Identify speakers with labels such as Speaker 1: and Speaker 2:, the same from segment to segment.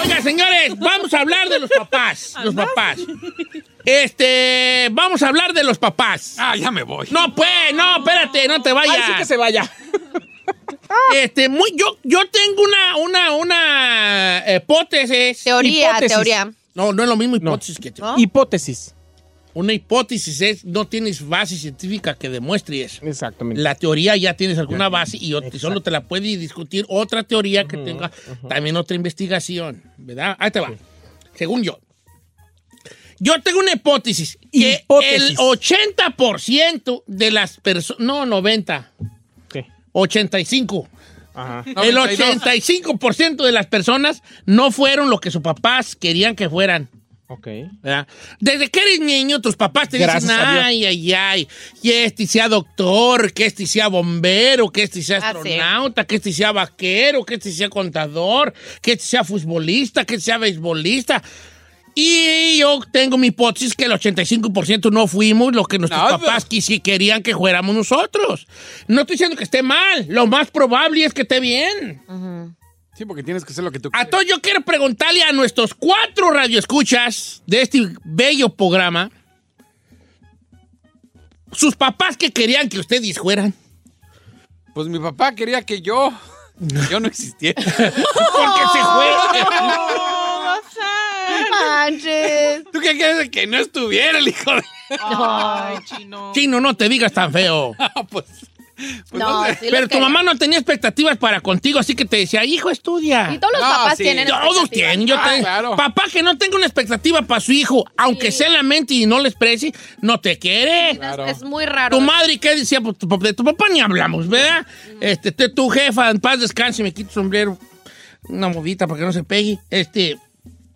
Speaker 1: Oiga, señores, vamos a hablar de los papás. los papás. Este, vamos a hablar de los papás.
Speaker 2: Ah, ya me voy.
Speaker 1: No, pues, no, espérate, no te vayas.
Speaker 2: Ay, sí que se vaya.
Speaker 1: Este, muy, yo, yo tengo una, una, una eh, hipótesis.
Speaker 3: Teoría,
Speaker 2: Hipótesis.
Speaker 3: teoría.
Speaker 1: No, no es lo mismo hipótesis que
Speaker 3: ¿No?
Speaker 2: Hipótesis.
Speaker 1: Una hipótesis es, no tienes base científica que demuestre eso.
Speaker 2: Exactamente.
Speaker 1: La teoría ya tienes alguna base y ot- solo te la puede discutir otra teoría que tenga también otra investigación, ¿verdad? Ahí te va. Según yo. Yo tengo una hipótesis. que
Speaker 2: Hipótesis.
Speaker 1: el 80% de las personas... No, 90.
Speaker 2: ¿Qué?
Speaker 1: 85.
Speaker 2: Ajá.
Speaker 1: El 85% de las personas no fueron lo que sus papás querían que fueran.
Speaker 2: Ok.
Speaker 1: ¿verdad? Desde que eres niño, tus papás te
Speaker 2: Gracias
Speaker 1: dicen,
Speaker 2: a Dios.
Speaker 1: ay, ay, ay, que este sea doctor, que este sea bombero, que este sea
Speaker 3: Ah, sí.
Speaker 1: astronauta, que este sea vaquero, que este sea contador, que este sea futbolista, que este sea beisbolista. Y yo tengo mi hipótesis que el 85% no fuimos lo que nuestros
Speaker 2: No,
Speaker 1: papás quisi- querían que fuéramos nosotros. No estoy diciendo que esté mal, lo más probable es que esté bien.
Speaker 4: Sí, porque tienes que hacer lo que tú
Speaker 1: A todos yo quiero preguntarle a nuestros cuatro radioescuchas de este bello programa. Sus papás que querían que ustedes fueran.
Speaker 4: Pues mi papá quería que yo. Yo no existiera.
Speaker 1: Porque se fue.
Speaker 3: Manches.
Speaker 4: ¿Tú qué quieres de que no estuviera el hijo de.?
Speaker 3: No,
Speaker 1: Chino, no te digas tan feo.
Speaker 4: No, pues. pues
Speaker 3: no,
Speaker 4: no sé.
Speaker 3: sí los
Speaker 1: Pero tu
Speaker 3: quería.
Speaker 1: mamá no tenía expectativas para contigo, así que te decía, hijo, estudia.
Speaker 3: Y todos los
Speaker 4: No,
Speaker 3: papás
Speaker 4: sí.
Speaker 3: tienen.
Speaker 1: Todos tienen. Yo
Speaker 4: Ah,
Speaker 1: tengo-
Speaker 4: claro.
Speaker 1: Papá que no tenga una expectativa para su hijo, aunque sea en la mente y no le exprese, no te quiere.
Speaker 4: Claro.
Speaker 3: Es, es muy raro.
Speaker 1: Tu madre, ¿qué decía? Pues, tu pap- de tu papá ni hablamos, ¿verdad?
Speaker 4: Mm.
Speaker 1: Este, te- tu jefa, en paz descanse, me quito el sombrero. Una movita para que no se pegue. Este,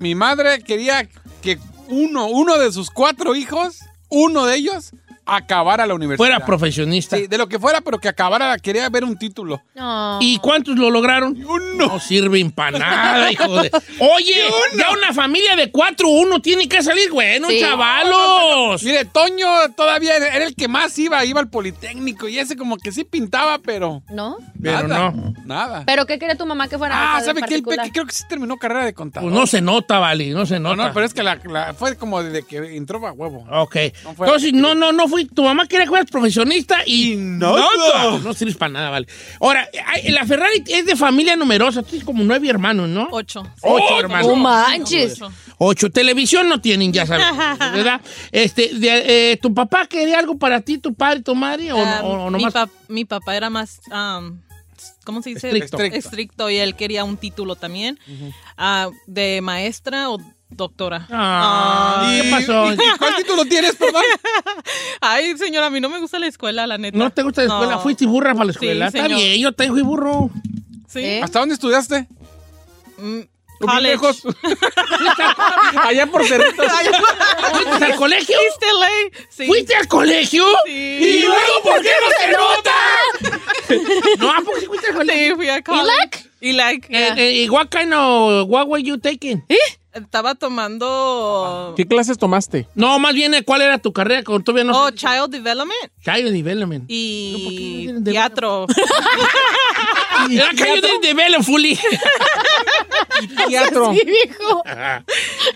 Speaker 4: Mi madre quería que uno, uno de sus cuatro hijos, uno de ellos, acabara la universidad.
Speaker 1: fuera profesionista.
Speaker 4: Sí, de lo que fuera, pero que acabara, quería ver un título.
Speaker 3: No.
Speaker 1: ¿Y cuántos lo lograron?
Speaker 4: Uno.
Speaker 1: No sirven para nada, hijo de. Oye, ya una familia de cuatro, uno tiene que salir, bueno,
Speaker 3: Sí.
Speaker 1: chavalos.
Speaker 4: Mire, Toño todavía era el que más iba, iba al Politécnico y ese como que sí pintaba, pero.
Speaker 3: ¿No?
Speaker 1: Pero
Speaker 4: nada,
Speaker 1: no.
Speaker 4: Nada.
Speaker 3: ¿Pero qué quería tu mamá que fuera?
Speaker 4: ah,
Speaker 3: algo
Speaker 4: ¿sabe qué? El
Speaker 3: particular?
Speaker 4: Peque creo que sí terminó carrera de contador.
Speaker 1: Pues no se nota, vale, no se
Speaker 4: No,
Speaker 1: nota.
Speaker 4: no, pero es que la, la- fue como desde que entró a huevo.
Speaker 1: Ok.
Speaker 4: No fue-
Speaker 1: Entonces, no, no, no fui. Tu mamá quería que fueras profesionista y.
Speaker 4: Y no.
Speaker 1: No, no sirves para nada, vale. Ahora, ay, la Ferrari es de familia numerosa. Tienes como nueve hermanos, ¿no?
Speaker 5: Ocho.
Speaker 1: Ocho hermanos.
Speaker 6: ¡No
Speaker 5: um,
Speaker 6: manches!
Speaker 5: Ocho.
Speaker 1: Ocho. Televisión no tienen, ya sabes. ¿Verdad? Este, de- eh, ¿Tu papá quería algo para ti, tu padre, tu madre? ¿O,
Speaker 5: Ah,
Speaker 1: no- o
Speaker 5: mi,
Speaker 1: nomás?
Speaker 5: pap- mi papá era más, am, ¿cómo se dice?
Speaker 1: Estricto.
Speaker 5: Estricto. y él quería un título también ah, de maestra o doctora.
Speaker 1: Ah,
Speaker 4: ¿Y-
Speaker 1: ¿Qué pasó?
Speaker 4: y- y ¿Cuál título tienes, perdón?
Speaker 5: Ay, señora, a mí no me gusta la escuela, la neta.
Speaker 1: ¿No te gusta la escuela?
Speaker 5: No.
Speaker 1: ¿Fuiste burra para la escuela? Está
Speaker 5: señor.
Speaker 1: bien, yo te fui burro.
Speaker 5: Sí.
Speaker 3: ¿Eh?
Speaker 4: ¿Hasta dónde estudiaste?
Speaker 5: Mm,
Speaker 4: Bien
Speaker 5: college.
Speaker 4: lejos. Allá por Cerritos.
Speaker 1: ¿Fuiste al colegio?
Speaker 5: Fuiste ley. Sí.
Speaker 1: ¿Fuiste al colegio?
Speaker 5: Sí.
Speaker 1: ¿Y luego por qué no se nota? no, porque fuiste al colegio.
Speaker 5: Sí, fui a college.
Speaker 3: like?
Speaker 5: Y like.
Speaker 1: Eh, eh, ¿Y what kind of, what were you taking?
Speaker 5: Estaba tomando...
Speaker 2: ¿Qué clases tomaste?
Speaker 1: No, más bien, eh, ¿cuál era tu carrera? Como todavía no
Speaker 5: Oh,
Speaker 1: sé.
Speaker 5: Child Development
Speaker 1: Child Development. No, ¿por qué no
Speaker 5: y
Speaker 1: tienen de-
Speaker 5: teatro.
Speaker 1: Era que yo Ah, de- de velo, Fuli.
Speaker 2: Teatro.
Speaker 3: Sí, viejo.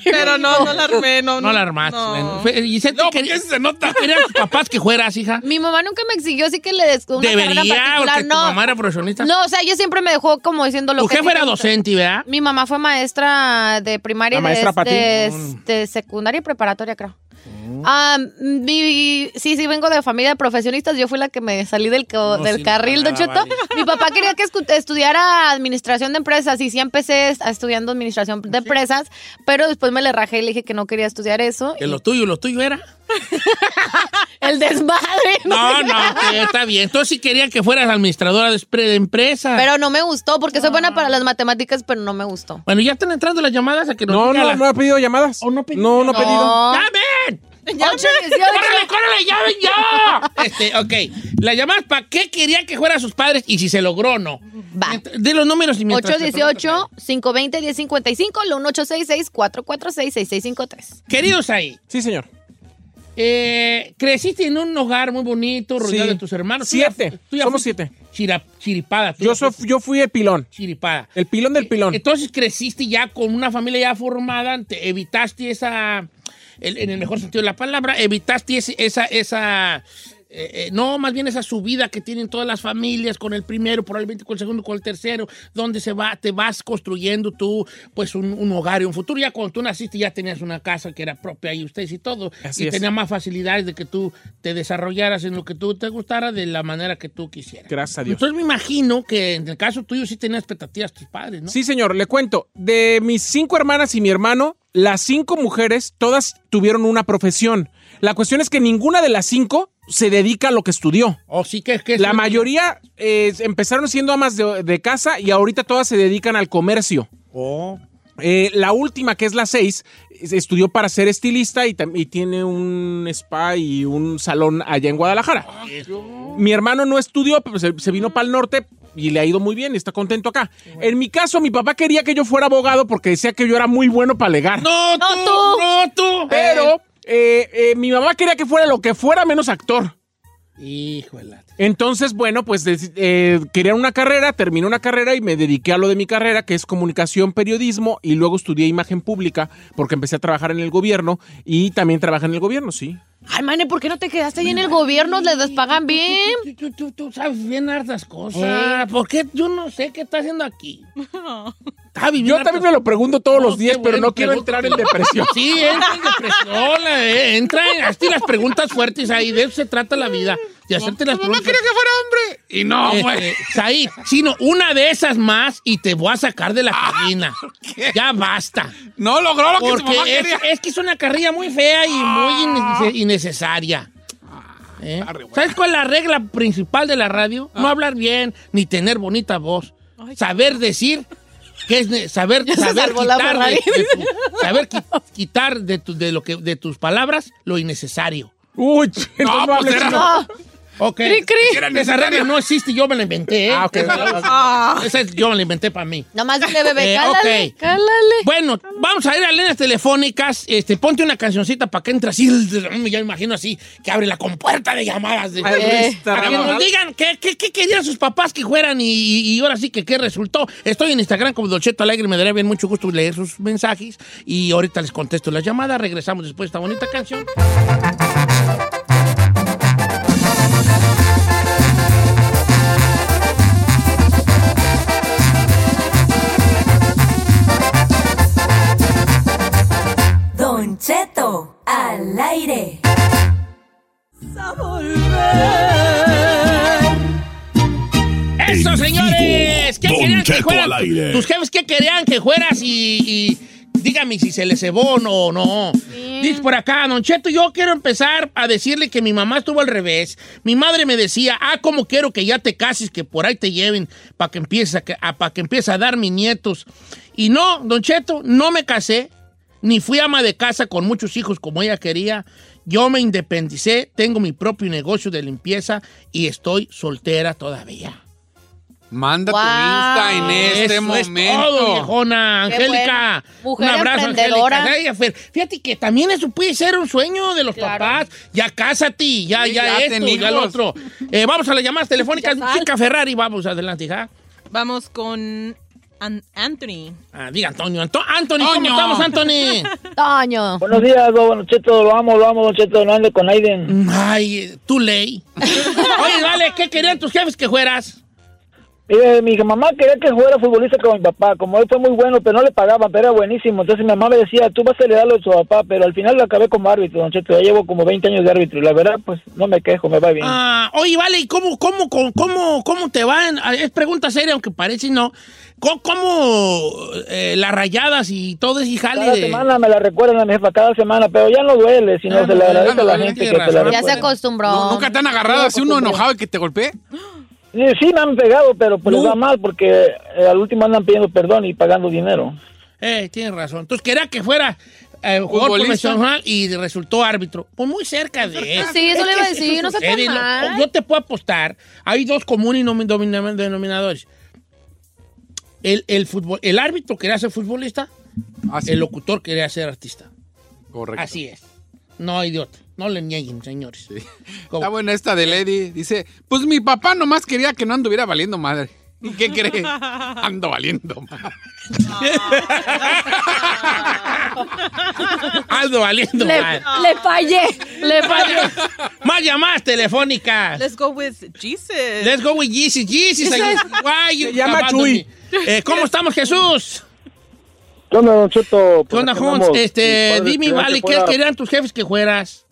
Speaker 5: Pero no, no la armé, no.
Speaker 1: No la armaste.
Speaker 5: no.
Speaker 1: Fe- Y se te
Speaker 4: No, porque
Speaker 1: quería-
Speaker 4: ese se nota.
Speaker 1: querían tus papás que fueras, hija.
Speaker 3: Mi mamá nunca me exigió así que le des una carrera
Speaker 1: Debería, porque
Speaker 3: particular.
Speaker 1: tu
Speaker 3: No,
Speaker 1: mamá era profesionista.
Speaker 3: no, o sea, ella siempre me dejó como diciendo lo
Speaker 1: Tu
Speaker 3: que. a ti
Speaker 1: jefe
Speaker 3: te
Speaker 1: era
Speaker 3: gusta.
Speaker 1: docente, ¿verdad?
Speaker 3: Mi mamá fue maestra de primaria,
Speaker 2: La maestra
Speaker 3: de,
Speaker 2: Pati.
Speaker 3: de-
Speaker 1: Mm.
Speaker 3: de secundaria y preparatoria, creo. Ah, mi- sí, sí, vengo de familia de profesionistas. Yo fui la que me salí del, co-
Speaker 1: No,
Speaker 3: del
Speaker 1: sí,
Speaker 3: carril,
Speaker 1: nada,
Speaker 3: Don Cheto.
Speaker 1: vale.
Speaker 3: Mi papá quería que escu- estudiara administración de empresas y sí empecé est- estudiando administración de empresas, pero después me le rajé y le dije que no quería estudiar eso.
Speaker 1: Que lo tuyo, lo tuyo era.
Speaker 3: El desmadre.
Speaker 1: No, no, que está bien. Entonces sí querían que fueras administradora de, espre- de empresa.
Speaker 3: Pero no me gustó, porque soy buena para las matemáticas, pero no me gustó.
Speaker 1: bueno, ya están entrando las llamadas a que nos
Speaker 2: No,
Speaker 1: diga
Speaker 2: no,
Speaker 1: la-
Speaker 2: no he pedido llamadas.
Speaker 1: Oh, no he pedido.
Speaker 2: No, no he pedido.
Speaker 3: No.
Speaker 1: ¡Llamen!
Speaker 3: Ocho, dieciocho.
Speaker 1: ¡Córrele, córrele, llamen ya! Este, ok. La llamadas, ¿para qué querían que fueran sus padres y si se logró o no?
Speaker 3: Va.
Speaker 1: Mientras- De los números y mientras... te preguntas.
Speaker 3: 818-520-1055, lo 1866-446-6653.
Speaker 1: Queridos ahí,
Speaker 2: Sí, señor.
Speaker 1: eh, creciste en un hogar muy bonito, rodeado
Speaker 2: Sí.
Speaker 1: de tus hermanos. Tú ya-
Speaker 2: Siete.
Speaker 1: tú ya
Speaker 2: Somos
Speaker 1: fuiste
Speaker 2: siete.
Speaker 1: chira- chiripada. tú
Speaker 2: Yo,
Speaker 1: ya
Speaker 2: soy,
Speaker 1: fuiste
Speaker 2: yo fui el pilón.
Speaker 1: Chiripada.
Speaker 2: El pilón del pilón.
Speaker 1: Eh, Entonces creciste ya con una familia ya formada, te evitaste esa, el- en el mejor sentido de la palabra, evitaste ese- esa, esa, eh, eh, no, más bien esa subida que tienen todas las familias con el primero, probablemente con el segundo, con el tercero, donde se va, te vas construyendo tú, pues, un, un hogar y un futuro. Ya cuando tú naciste ya tenías una casa que era propia y ustedes y todo,
Speaker 2: Así
Speaker 1: y
Speaker 2: es.
Speaker 1: tenías más facilidades de que tú te desarrollaras en lo que tú te gustara de la manera que tú quisieras.
Speaker 2: Gracias a Dios.
Speaker 1: Entonces me imagino que en el caso tuyo sí tenías expectativas tus padres, ¿no?
Speaker 2: Sí, señor, le cuento. De mis cinco hermanas y mi hermano, las cinco mujeres, todas tuvieron una profesión. La cuestión es que ninguna de las cinco se dedica a lo que estudió.
Speaker 1: O sí que, que
Speaker 2: La
Speaker 1: sí.
Speaker 2: mayoría eh, empezaron siendo amas de, de casa y ahorita todas se dedican al comercio.
Speaker 1: Oh.
Speaker 2: Eh, la última, que es la seis, es- estudió para ser estilista y, tam- y tiene un spa y un salón allá en Guadalajara. Mi hermano no estudió, pero se, se vino para el norte y le ha ido muy bien y está contento acá. En mi caso, mi papá quería que yo fuera abogado porque decía que yo era muy bueno para legar.
Speaker 1: No,
Speaker 3: No,
Speaker 1: tú,
Speaker 3: tú.
Speaker 1: no tú.
Speaker 2: Pero eh, eh, mi mamá quería que fuera lo que fuera menos actor.
Speaker 1: Híjole.
Speaker 2: Entonces, bueno, pues des- eh, quería una carrera, terminé una carrera y me dediqué a lo de mi carrera, que es comunicación, periodismo, y luego estudié imagen pública porque empecé a trabajar en el gobierno y también trabajé en el gobierno, sí.
Speaker 3: Ay, mane, ¿por qué no te quedaste ahí en el gobierno? Les despagan bien.
Speaker 1: Tú, tú, tú- tú sabes bien hartas cosas. ¿Por qué? Yo no sé qué está haciendo aquí. Está viviendo
Speaker 2: Yo también me
Speaker 1: hartas-
Speaker 2: lo pregunto todos
Speaker 1: No,
Speaker 2: los días,
Speaker 1: qué
Speaker 2: pero
Speaker 1: bueno,
Speaker 2: no quiero
Speaker 1: pregúntame.
Speaker 2: entrar en depresión.
Speaker 1: Sí, entra en depresión, la- eh, entra en, hazte las preguntas fuertes ahí, de eso se trata la vida, de hacerte las
Speaker 4: Mamá
Speaker 1: preguntas.
Speaker 4: quería que fuera hombre. Y no,
Speaker 2: Eh,
Speaker 4: pues.
Speaker 1: Este,
Speaker 4: fue.
Speaker 1: Said, sino una de esas más y te voy a sacar de la cabina. Ya basta.
Speaker 4: No logró lo que su
Speaker 1: Porque
Speaker 4: mamá
Speaker 1: es,
Speaker 4: quería. Ah.
Speaker 1: es que es una carrilla muy fea y muy innece- innecesaria. ¿Eh?
Speaker 4: está re Ah. buena.
Speaker 1: ¿Sabes cuál es la regla principal de la radio? No hablar bien ni tener bonita voz. Saber decir que es ne- saber
Speaker 3: se
Speaker 1: saber
Speaker 3: salvó la
Speaker 1: quitar de,
Speaker 3: Ferrari.
Speaker 1: de tu- saber qui- quitar de tu- de lo que de tus palabras lo innecesario.
Speaker 2: Uy, ch- entonces no
Speaker 4: pues
Speaker 2: hables
Speaker 4: era-
Speaker 2: chino.
Speaker 3: Ah.
Speaker 1: Ok.
Speaker 4: Era
Speaker 1: Esa regla
Speaker 4: necesario.
Speaker 1: no existe, yo me la inventé. ¿eh?
Speaker 2: Ah, ok.
Speaker 1: Esa es- yo me la inventé para mí.
Speaker 3: Nomás dile, bebé,
Speaker 1: Eh,
Speaker 3: cálale,
Speaker 1: ok.
Speaker 3: cálale.
Speaker 1: Bueno, vamos a ir a líneas telefónicas. Este, ponte una cancioncita para que entre así. mm, Ya me imagino así, que abre la compuerta de llamadas. De,
Speaker 2: Ay, Luis,
Speaker 1: para que nos
Speaker 2: Tarragona.
Speaker 1: digan qué, qué- qué querían sus papás que fueran y, y- y ahora sí que qué resultó. Estoy en Instagram como Dolceto Alegre. Me daría bien mucho gusto leer sus mensajes. Y ahorita les contesto las llamadas. Regresamos después de esta bonita canción.
Speaker 7: Don Cheto, al aire.
Speaker 1: ¡Eso,
Speaker 8: En
Speaker 1: señores!
Speaker 8: vivo,
Speaker 1: ¿Qué
Speaker 8: Don
Speaker 1: querían que
Speaker 8: Cheto
Speaker 1: fueras?
Speaker 8: al aire.
Speaker 1: Tus jefes, ¿qué querían que fueras? Y, y dígame si se les cebó o no, o no. Dice por acá, Don Cheto, yo quiero empezar a decirle que mi mamá estuvo al revés. Mi madre me decía, ah, cómo quiero que ya te cases, que por ahí te lleven para que, empieces a que, a- pa' que empiece a dar mis nietos. Y no, Don Cheto, no me casé, ni fui ama de casa con muchos hijos como ella quería. Yo me independicé, tengo mi propio negocio de limpieza y estoy soltera todavía.
Speaker 4: Manda tu
Speaker 3: Wow.
Speaker 4: lista en este
Speaker 1: Eso es
Speaker 4: momento.
Speaker 1: todo, viejona.
Speaker 3: Qué
Speaker 1: Angélica.
Speaker 3: bueno. Mujer
Speaker 1: un abrazo,
Speaker 3: emprendedora.
Speaker 1: Angélica. Ay, Fer, Fíjate que también eso puede ser un sueño de los
Speaker 3: Claro.
Speaker 1: papás. Ya cásate, ya,
Speaker 4: Sí,
Speaker 1: ya,
Speaker 4: ya
Speaker 1: esto,
Speaker 4: ten
Speaker 1: ya lo
Speaker 4: hijos.
Speaker 1: otro. Eh, vamos a las llamadas telefónicas. Chica Ferrari, vamos adelante, hija.
Speaker 5: Vamos con An- Anthony.
Speaker 1: Ah, diga Antonio. Anto- Anthony, ¿cómo
Speaker 4: Toño.
Speaker 1: estamos, Anthony?
Speaker 3: Toño.
Speaker 8: Buenos días, don Cheto, lo amo, lo amo, don Cheto, no ande con Aiden.
Speaker 1: Ay, tú ley. Oye, vale, ¿qué querían tus jefes que fueras?
Speaker 8: Mire, mi mamá quería que fuera futbolista como mi papá, como él fue muy bueno, pero no le pagaban, pero era buenísimo. Entonces mi mamá me decía, tú vas a heredarlo de tu papá, pero al final lo acabé como árbitro, don Cheto, ya llevo como 20 años de árbitro y la verdad, pues no me quejo, me va bien.
Speaker 1: Ah, oye, vale, ¿y cómo, cómo, cómo, cómo, cómo te van? Ah, Es pregunta seria, aunque parece no. ¿Cómo, cómo, eh, las rayadas y todo ese jale
Speaker 8: Cada
Speaker 1: de...
Speaker 8: semana me la recuerdan a mi jefa, cada semana, pero ya no duele, sino
Speaker 1: Ah,
Speaker 8: se le
Speaker 1: no,
Speaker 8: agradece
Speaker 1: no,
Speaker 8: a la
Speaker 1: no,
Speaker 8: gente
Speaker 1: tiene
Speaker 8: que te la
Speaker 1: razón.
Speaker 3: Ya se
Speaker 8: recuerda.
Speaker 3: acostumbró.
Speaker 4: Nu- ¿Nunca te han agarrado así uno enojado y que te golpee?
Speaker 8: Sí, sí, me han pegado, pero pues
Speaker 1: No.
Speaker 8: les va mal porque eh, al último andan pidiendo perdón y pagando dinero.
Speaker 1: Eh, tienes razón. Entonces quería que fuera eh, jugador
Speaker 4: Futbolista.
Speaker 1: profesional y resultó árbitro. Pues muy cerca de eso.
Speaker 3: Sí, eso le iba a
Speaker 1: que
Speaker 3: decir, no está tan
Speaker 1: sucede, Eh,
Speaker 3: mal.
Speaker 1: Yo te puedo apostar, hay dos comunes nomi- domina- denominadores. El, el, fútbol, el árbitro quería ser futbolista,
Speaker 4: Así.
Speaker 1: el locutor quería ser artista.
Speaker 4: Correcto.
Speaker 1: Así es. No hay de otra. No le nieguen, señores. Como-
Speaker 4: Está buena esta de Lady. Dice, pues mi papá nomás quería que no anduviera valiendo madre. ¿Y qué cree? Ando valiendo madre.
Speaker 1: Ah, Aldo valiendo.
Speaker 3: Le,
Speaker 1: mal.
Speaker 3: le fallé, le fallé.
Speaker 1: Más llamadas telefónicas.
Speaker 5: Let's go with Jesus.
Speaker 1: Let's go with Jesus. Jesus, I- why you
Speaker 2: Se llama
Speaker 1: acabando
Speaker 2: Chuy.
Speaker 1: mi- Eh, ¿Cómo estamos, Jesús?
Speaker 8: ¿Qué onda, don Cheto? Pues,
Speaker 1: ¿Qué onda, Jones? Este, dime, vale, ¿qué querían tus jefes que fueras?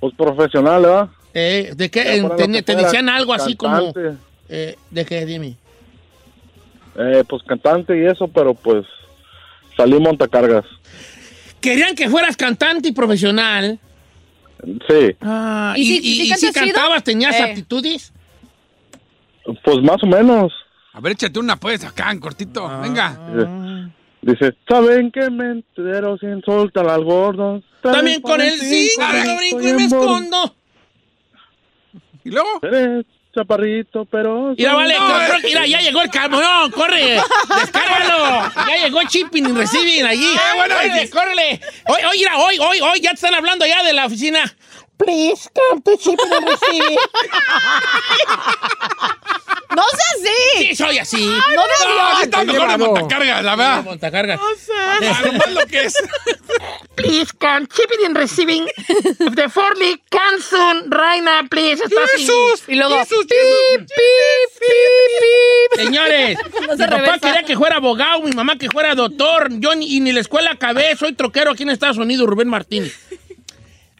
Speaker 8: Pues profesional, ¿verdad?
Speaker 1: Eh, ¿De qué? Eh, te, te decían algo así como... eh, ¿De qué, dime?
Speaker 8: Eh, pues cantante y eso, pero pues salí montacargas.
Speaker 1: Querían que fueras cantante y profesional.
Speaker 8: Sí,
Speaker 1: Ah,
Speaker 3: ¿Y
Speaker 1: ¿Y,
Speaker 3: si-
Speaker 1: y-
Speaker 3: si
Speaker 1: y
Speaker 3: cantas
Speaker 1: si
Speaker 3: chido?
Speaker 1: cantabas tenías
Speaker 3: Eh.
Speaker 1: aptitudes?
Speaker 8: pues más o menos.
Speaker 4: A ver, échate una pues acá, en cortito. Venga.
Speaker 8: Dice, ¿saben que me entero sin soltar al gordo?
Speaker 1: También con el cinco,
Speaker 4: Ay,
Speaker 1: brinco y me escondo.
Speaker 4: Y
Speaker 2: Oh.
Speaker 4: luego,
Speaker 8: Eres chaparrito, pero...
Speaker 1: Mira, vale,
Speaker 4: No,
Speaker 1: creo-
Speaker 4: eh.
Speaker 1: creo que- mira, ya llegó el camión, corre, descárgalo. Ya llegó Chipping y Receiving allí.
Speaker 4: Ah, bueno,
Speaker 1: córrele,
Speaker 4: dices.
Speaker 1: córrele. Hoy, hoy, mira, hoy, hoy, hoy, ya te están hablando allá de la oficina. Please, come to Shipping and Receiving.
Speaker 3: No sé así.
Speaker 1: Sí, soy así.
Speaker 3: No me dio.
Speaker 4: así está mejor de
Speaker 2: llevado.
Speaker 4: montacargas, la
Speaker 1: Ah,
Speaker 4: verdad.
Speaker 1: montacargas. Ah,
Speaker 4: A lo más lo que es.
Speaker 1: Please, come Shipping and Receiving. Of The Forley, Canson, Reina, please. Está así.
Speaker 3: Y luego,
Speaker 1: Señores,
Speaker 3: No se
Speaker 1: mi papá
Speaker 3: reversa.
Speaker 1: quería que fuera abogado, mi mamá que fuera doctor, yo ni, y ni la escuela acabé, soy troquero aquí en Estados Unidos, Rubén Martínez.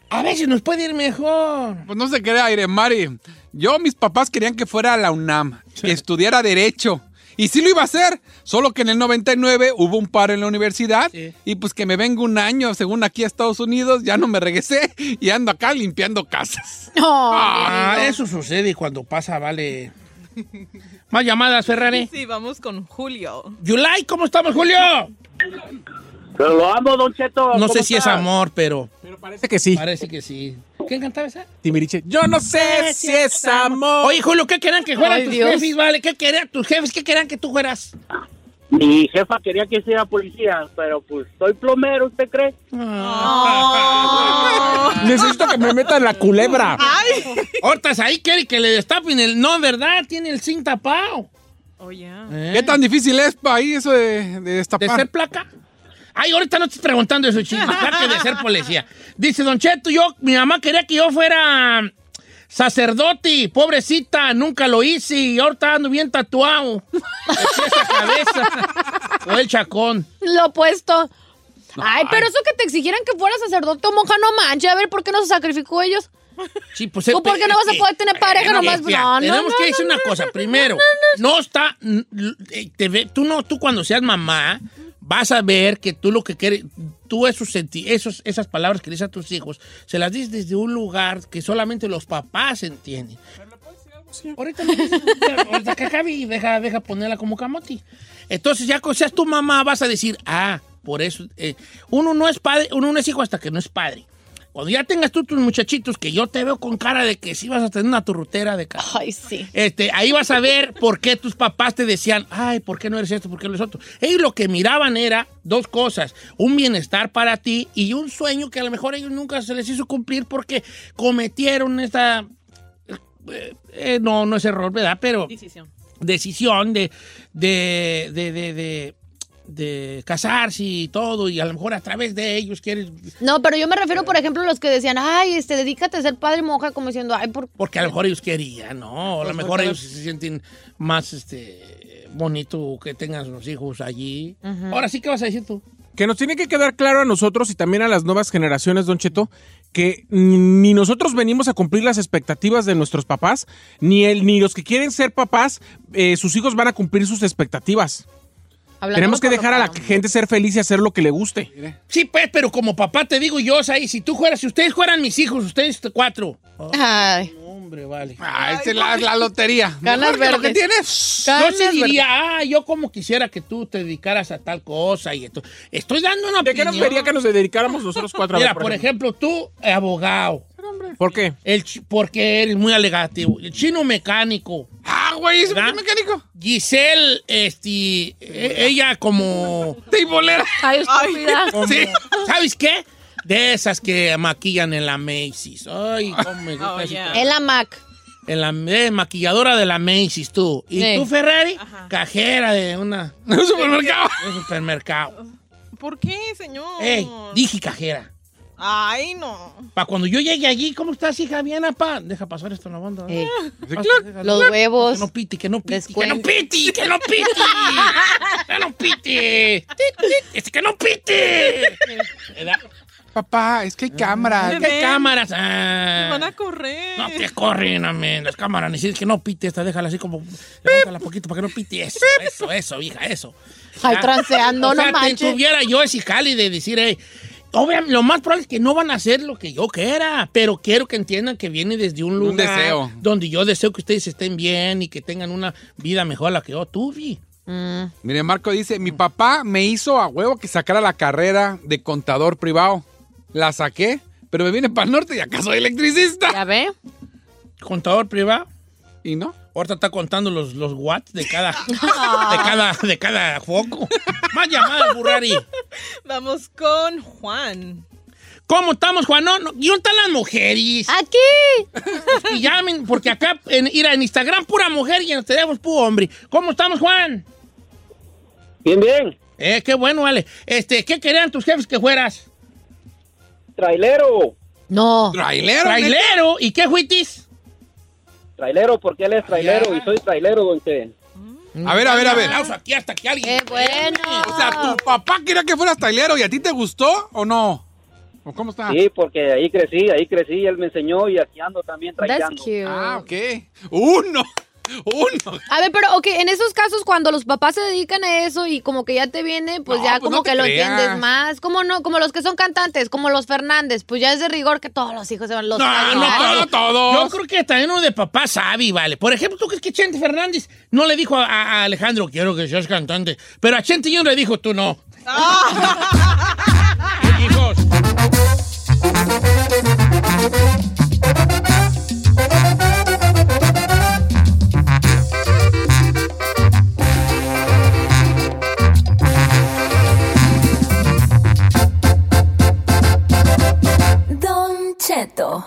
Speaker 1: A veces nos puede ir mejor.
Speaker 4: Pues no se crea aire, Mari. Yo, mis papás querían que fuera a la UNAM, que estudiara Derecho. Y sí lo iba a hacer, solo que en el 99 hubo un paro en la universidad
Speaker 1: Sí.
Speaker 4: y pues que me vengo un año, según aquí a Estados Unidos, ya no me regresé y ando acá limpiando casas.
Speaker 3: no.
Speaker 1: Ah, eso sucede cuando pasa, vale. Más llamadas, Ferrari.
Speaker 5: Sí, vamos con Julio.
Speaker 1: July, ¿cómo estamos, Julio?
Speaker 8: Pero lo amo, Don Cheto.
Speaker 1: No sé si es amor, pero
Speaker 2: Pero parece que sí.
Speaker 1: parece que sí. ¿Quién cantaba esa?
Speaker 2: Timbiriche. Yo no sé si es amor.
Speaker 1: Oye, Julio, ¿qué querían que fueran
Speaker 3: Ay,
Speaker 1: tus
Speaker 3: Dios.
Speaker 1: jefes, vale? ¿Qué querían tus jefes? ¿Qué querían que tú fueras?
Speaker 8: Mi jefa quería que sea policía, pero pues soy plomero, ¿usted cree?
Speaker 1: Ah.
Speaker 2: Necesito que me metan la culebra.
Speaker 1: Hortas ahí quiere que le destapen el... No, ¿verdad? Tiene el zinc tapado.
Speaker 5: Oh, yeah.
Speaker 1: ¿Eh?
Speaker 4: ¿Qué tan difícil es para ahí eso de, de
Speaker 1: ¿De
Speaker 4: destapar?
Speaker 1: ser placa? Ay, ahorita no estoy preguntando eso, chico. Claro que de ser policía. Dice, Don Cheto, yo, mi mamá quería que yo fuera sacerdote, pobrecita, nunca lo hice y ahorita ando bien tatuado. De pies a cabeza. O el chacón.
Speaker 3: Lo opuesto. Ay, pero eso que te exigieran que fuera sacerdote o monja, no manches. A ver, ¿por qué no se sacrificó ellos?
Speaker 1: Sí, pues,
Speaker 3: ¿Tú por qué no vas a
Speaker 1: eh,
Speaker 3: poder tener pareja
Speaker 1: eh,
Speaker 3: nomás?
Speaker 1: eh, fíjate,
Speaker 3: No, no,
Speaker 1: Tenemos
Speaker 3: no,
Speaker 1: que
Speaker 3: no,
Speaker 1: decir una cosa. Primero, no, está. n- l- eh, te ve- tú no, tú cuando seas mamá, vas a ver que tú lo que quieres, tú esos, senti- esos, esas palabras que le dices a tus hijos, se las dices desde un lugar que solamente los papás entienden. Ahorita, no, ahorita que acabe y deja, deja ponerla como camoti. Entonces, ya cuando seas tu mamá, vas a decir, ah, por eso. eh, uno no es padre, uno no es hijo hasta que no es padre. Cuando ya tengas tú tus muchachitos, que yo te veo con cara de que sí vas a tener una turrutera de cara.
Speaker 3: Ay, sí.
Speaker 1: Este, ahí vas a ver por qué tus papás te decían, ay, ¿por qué no eres esto? ¿Por qué no eres otro? Ellos lo que miraban era dos cosas, un bienestar para ti y un sueño que a lo mejor ellos nunca se les hizo cumplir porque cometieron esta... eh, eh, no, no es error, ¿verdad? Pero
Speaker 5: Decisión.
Speaker 1: decisión de, de, de, de, de- de casarse y todo, y a lo mejor a través de ellos quieres...
Speaker 3: No, pero yo me refiero, por ejemplo, a los que decían, ay, este, dedícate a ser padre monja, como diciendo, ay, por...
Speaker 1: Porque a lo mejor ellos querían, ¿no? O a lo
Speaker 3: Pues,
Speaker 1: mejor
Speaker 3: porque-
Speaker 1: ellos se sienten más este bonito que tengan los hijos allí. Ahora sí, ¿qué vas a decir tú?
Speaker 2: Que nos tiene que quedar claro a nosotros y también a las nuevas generaciones, Don Cheto, que ni- ni nosotros venimos a cumplir las expectativas de nuestros papás, ni él, ni los que quieren ser papás, eh, sus hijos van a cumplir sus expectativas.
Speaker 3: hablando
Speaker 2: Tenemos que
Speaker 3: por lo
Speaker 2: dejar a la
Speaker 3: plano.
Speaker 2: gente ser feliz y hacer lo que le guste.
Speaker 1: Sí, pues, pero como papá te digo yo, ahí si tú fueras, si ustedes fueran mis hijos, ustedes cuatro. Oh,
Speaker 3: Ay,
Speaker 1: hombre, vale.
Speaker 4: Ah, es la, la lotería.
Speaker 3: Ganas
Speaker 4: Mejor que lo que
Speaker 3: verdes.
Speaker 4: tienes.
Speaker 1: Yo
Speaker 3: Carnes
Speaker 1: sí
Speaker 3: verdes.
Speaker 1: diría, ah, yo como quisiera que tú te dedicaras a tal cosa y esto. Estoy dando una
Speaker 2: ¿De qué
Speaker 1: opinión.
Speaker 2: nos vería que nos dedicáramos nosotros cuatro a
Speaker 1: Mira,
Speaker 2: ver,
Speaker 1: por ejemplo, tú, eh, abogado,
Speaker 2: ¿Por qué?
Speaker 1: el chi- porque eres muy alegativo, el chino mecánico,
Speaker 4: Ah, güey, es
Speaker 1: ¿Verdad?
Speaker 4: un mecánico.
Speaker 1: Giselle, este, e- ella como...
Speaker 4: Teibolera.
Speaker 6: Ay, estúpida.
Speaker 1: como-
Speaker 4: Sí.
Speaker 1: ¿Sabes qué? De esas que maquillan en la Macy's. Ay, cómo me gusta
Speaker 5: Oh,
Speaker 1: ese
Speaker 5: yeah.
Speaker 1: trabajo.
Speaker 3: es la Mac.
Speaker 1: En la eh, maquilladora de la Macy's, tú. Y
Speaker 3: Sí.
Speaker 1: tú, Ferrari,
Speaker 5: Ajá.
Speaker 1: cajera de una,
Speaker 4: Un supermercado.
Speaker 1: de un supermercado.
Speaker 5: ¿Por qué, señor?
Speaker 1: Ey, dije cajera.
Speaker 5: Ay, no.
Speaker 1: Para cuando yo llegue allí, ¿cómo estás, hija? Bien, apa. Deja pasar esto en la banda. ¿no?
Speaker 3: Ey,
Speaker 1: Pasa, déjalo.
Speaker 3: los
Speaker 1: Que
Speaker 3: huevos.
Speaker 1: no piti, que no piti, que
Speaker 3: Descuelga.
Speaker 1: no piti, que no piti. Que no piti. Tit, tit, es que no piti. ¿Verdad?
Speaker 4: Papá, es que hay cámaras.
Speaker 1: ¿Qué
Speaker 5: Ven.
Speaker 1: cámaras?
Speaker 5: Me
Speaker 1: Ah.
Speaker 5: van a correr.
Speaker 1: No te corren, amén. Las cámaras, necesitas que no pite esta, déjala así como. Levántala poquito para que no pite. Eso, eso, eso, hija, eso.
Speaker 3: Ay,
Speaker 1: Ah,
Speaker 3: transeando,
Speaker 1: o
Speaker 3: no
Speaker 1: sea, te
Speaker 3: manches.
Speaker 1: tuviera yo ese jale de decir, eh, obviamente, lo más probable es que no van a hacer lo que yo quiera, pero quiero que entiendan que viene desde un lugar.
Speaker 4: deseo.
Speaker 1: Donde yo deseo que ustedes estén bien y que tengan una vida mejor a la que yo tuve.
Speaker 4: Mire, Marco dice, mi papá me hizo a huevo que sacara la carrera de contador privado. La saqué, pero me vine para el norte y acá soy electricista.
Speaker 3: ¿Ya ve?
Speaker 1: Contador privado.
Speaker 4: ¿Y no?
Speaker 1: Ahorita está contando los, los watts de cada, de cada, de cada foco. Más llamadas, Burrari.
Speaker 5: Vamos con Juan.
Speaker 1: ¿Cómo estamos, Juan? No, no, ¿Y dónde están las mujeres?
Speaker 3: Ah. Aquí.
Speaker 1: Y llamen, porque acá, en, mira, en Instagram pura mujer y en los teléfonos puro hombre. ¿Cómo estamos, Juan?
Speaker 8: Bien, bien.
Speaker 1: Eh, qué bueno, Ale. Este, ¿qué querían tus jefes que fueras?
Speaker 8: Trailero.
Speaker 3: No.
Speaker 4: Trailero. neta.
Speaker 1: Trailero. ¿Y qué juitis?
Speaker 8: Trailero, porque él es trailero
Speaker 1: ya.
Speaker 8: y soy trailero, don Che.
Speaker 4: A ver, a ver, a ver.
Speaker 1: Aplauso aquí hasta que alguien.
Speaker 3: Qué bueno.
Speaker 4: O sea, ¿tu papá quería que fueras trailero y a ti te gustó o no? ¿O cómo está?
Speaker 8: Sí, porque ahí crecí, ahí crecí, él me enseñó y aquí ando también
Speaker 3: That's
Speaker 8: trailando.
Speaker 3: cute.
Speaker 4: Ah, ok. Uno. Uno.
Speaker 3: A ver, pero ok, en esos casos cuando los papás se dedican a eso y como que ya te viene, pues
Speaker 4: No,
Speaker 3: ya
Speaker 4: pues
Speaker 3: como
Speaker 4: no te
Speaker 3: que lo
Speaker 4: creas.
Speaker 3: entiendes más. ¿Cómo no? Como los que son cantantes, como los Fernández, pues ya es de rigor que todos los hijos se van los
Speaker 1: No, no,
Speaker 3: Fernández.
Speaker 1: todo,
Speaker 4: No todos.
Speaker 1: Yo creo que también uno de papá sabe, vale. Por ejemplo, ¿tú crees que Chente Fernández no le dijo a, a- a Alejandro, quiero que seas cantante? Pero a Chente Jr. le dijo, tú no.
Speaker 3: Ah.
Speaker 1: Eh, Hijos.
Speaker 7: Don Cheto.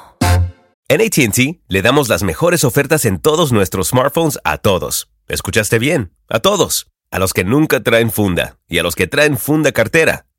Speaker 9: En ATT le damos las mejores ofertas en todos nuestros smartphones a todos. ¿Escuchaste bien? A todos. A los que nunca traen funda y a los que traen funda cartera.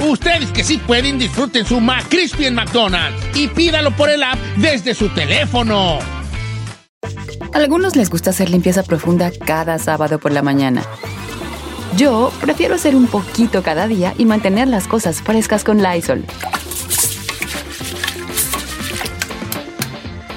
Speaker 1: Ustedes que sí pueden, disfruten su McCrispy en McDonald's y pídalo por el app desde su teléfono.
Speaker 6: Algunos les gusta hacer limpieza profunda cada sábado por la mañana. Yo prefiero hacer un poquito cada día y mantener las cosas frescas con Lysol.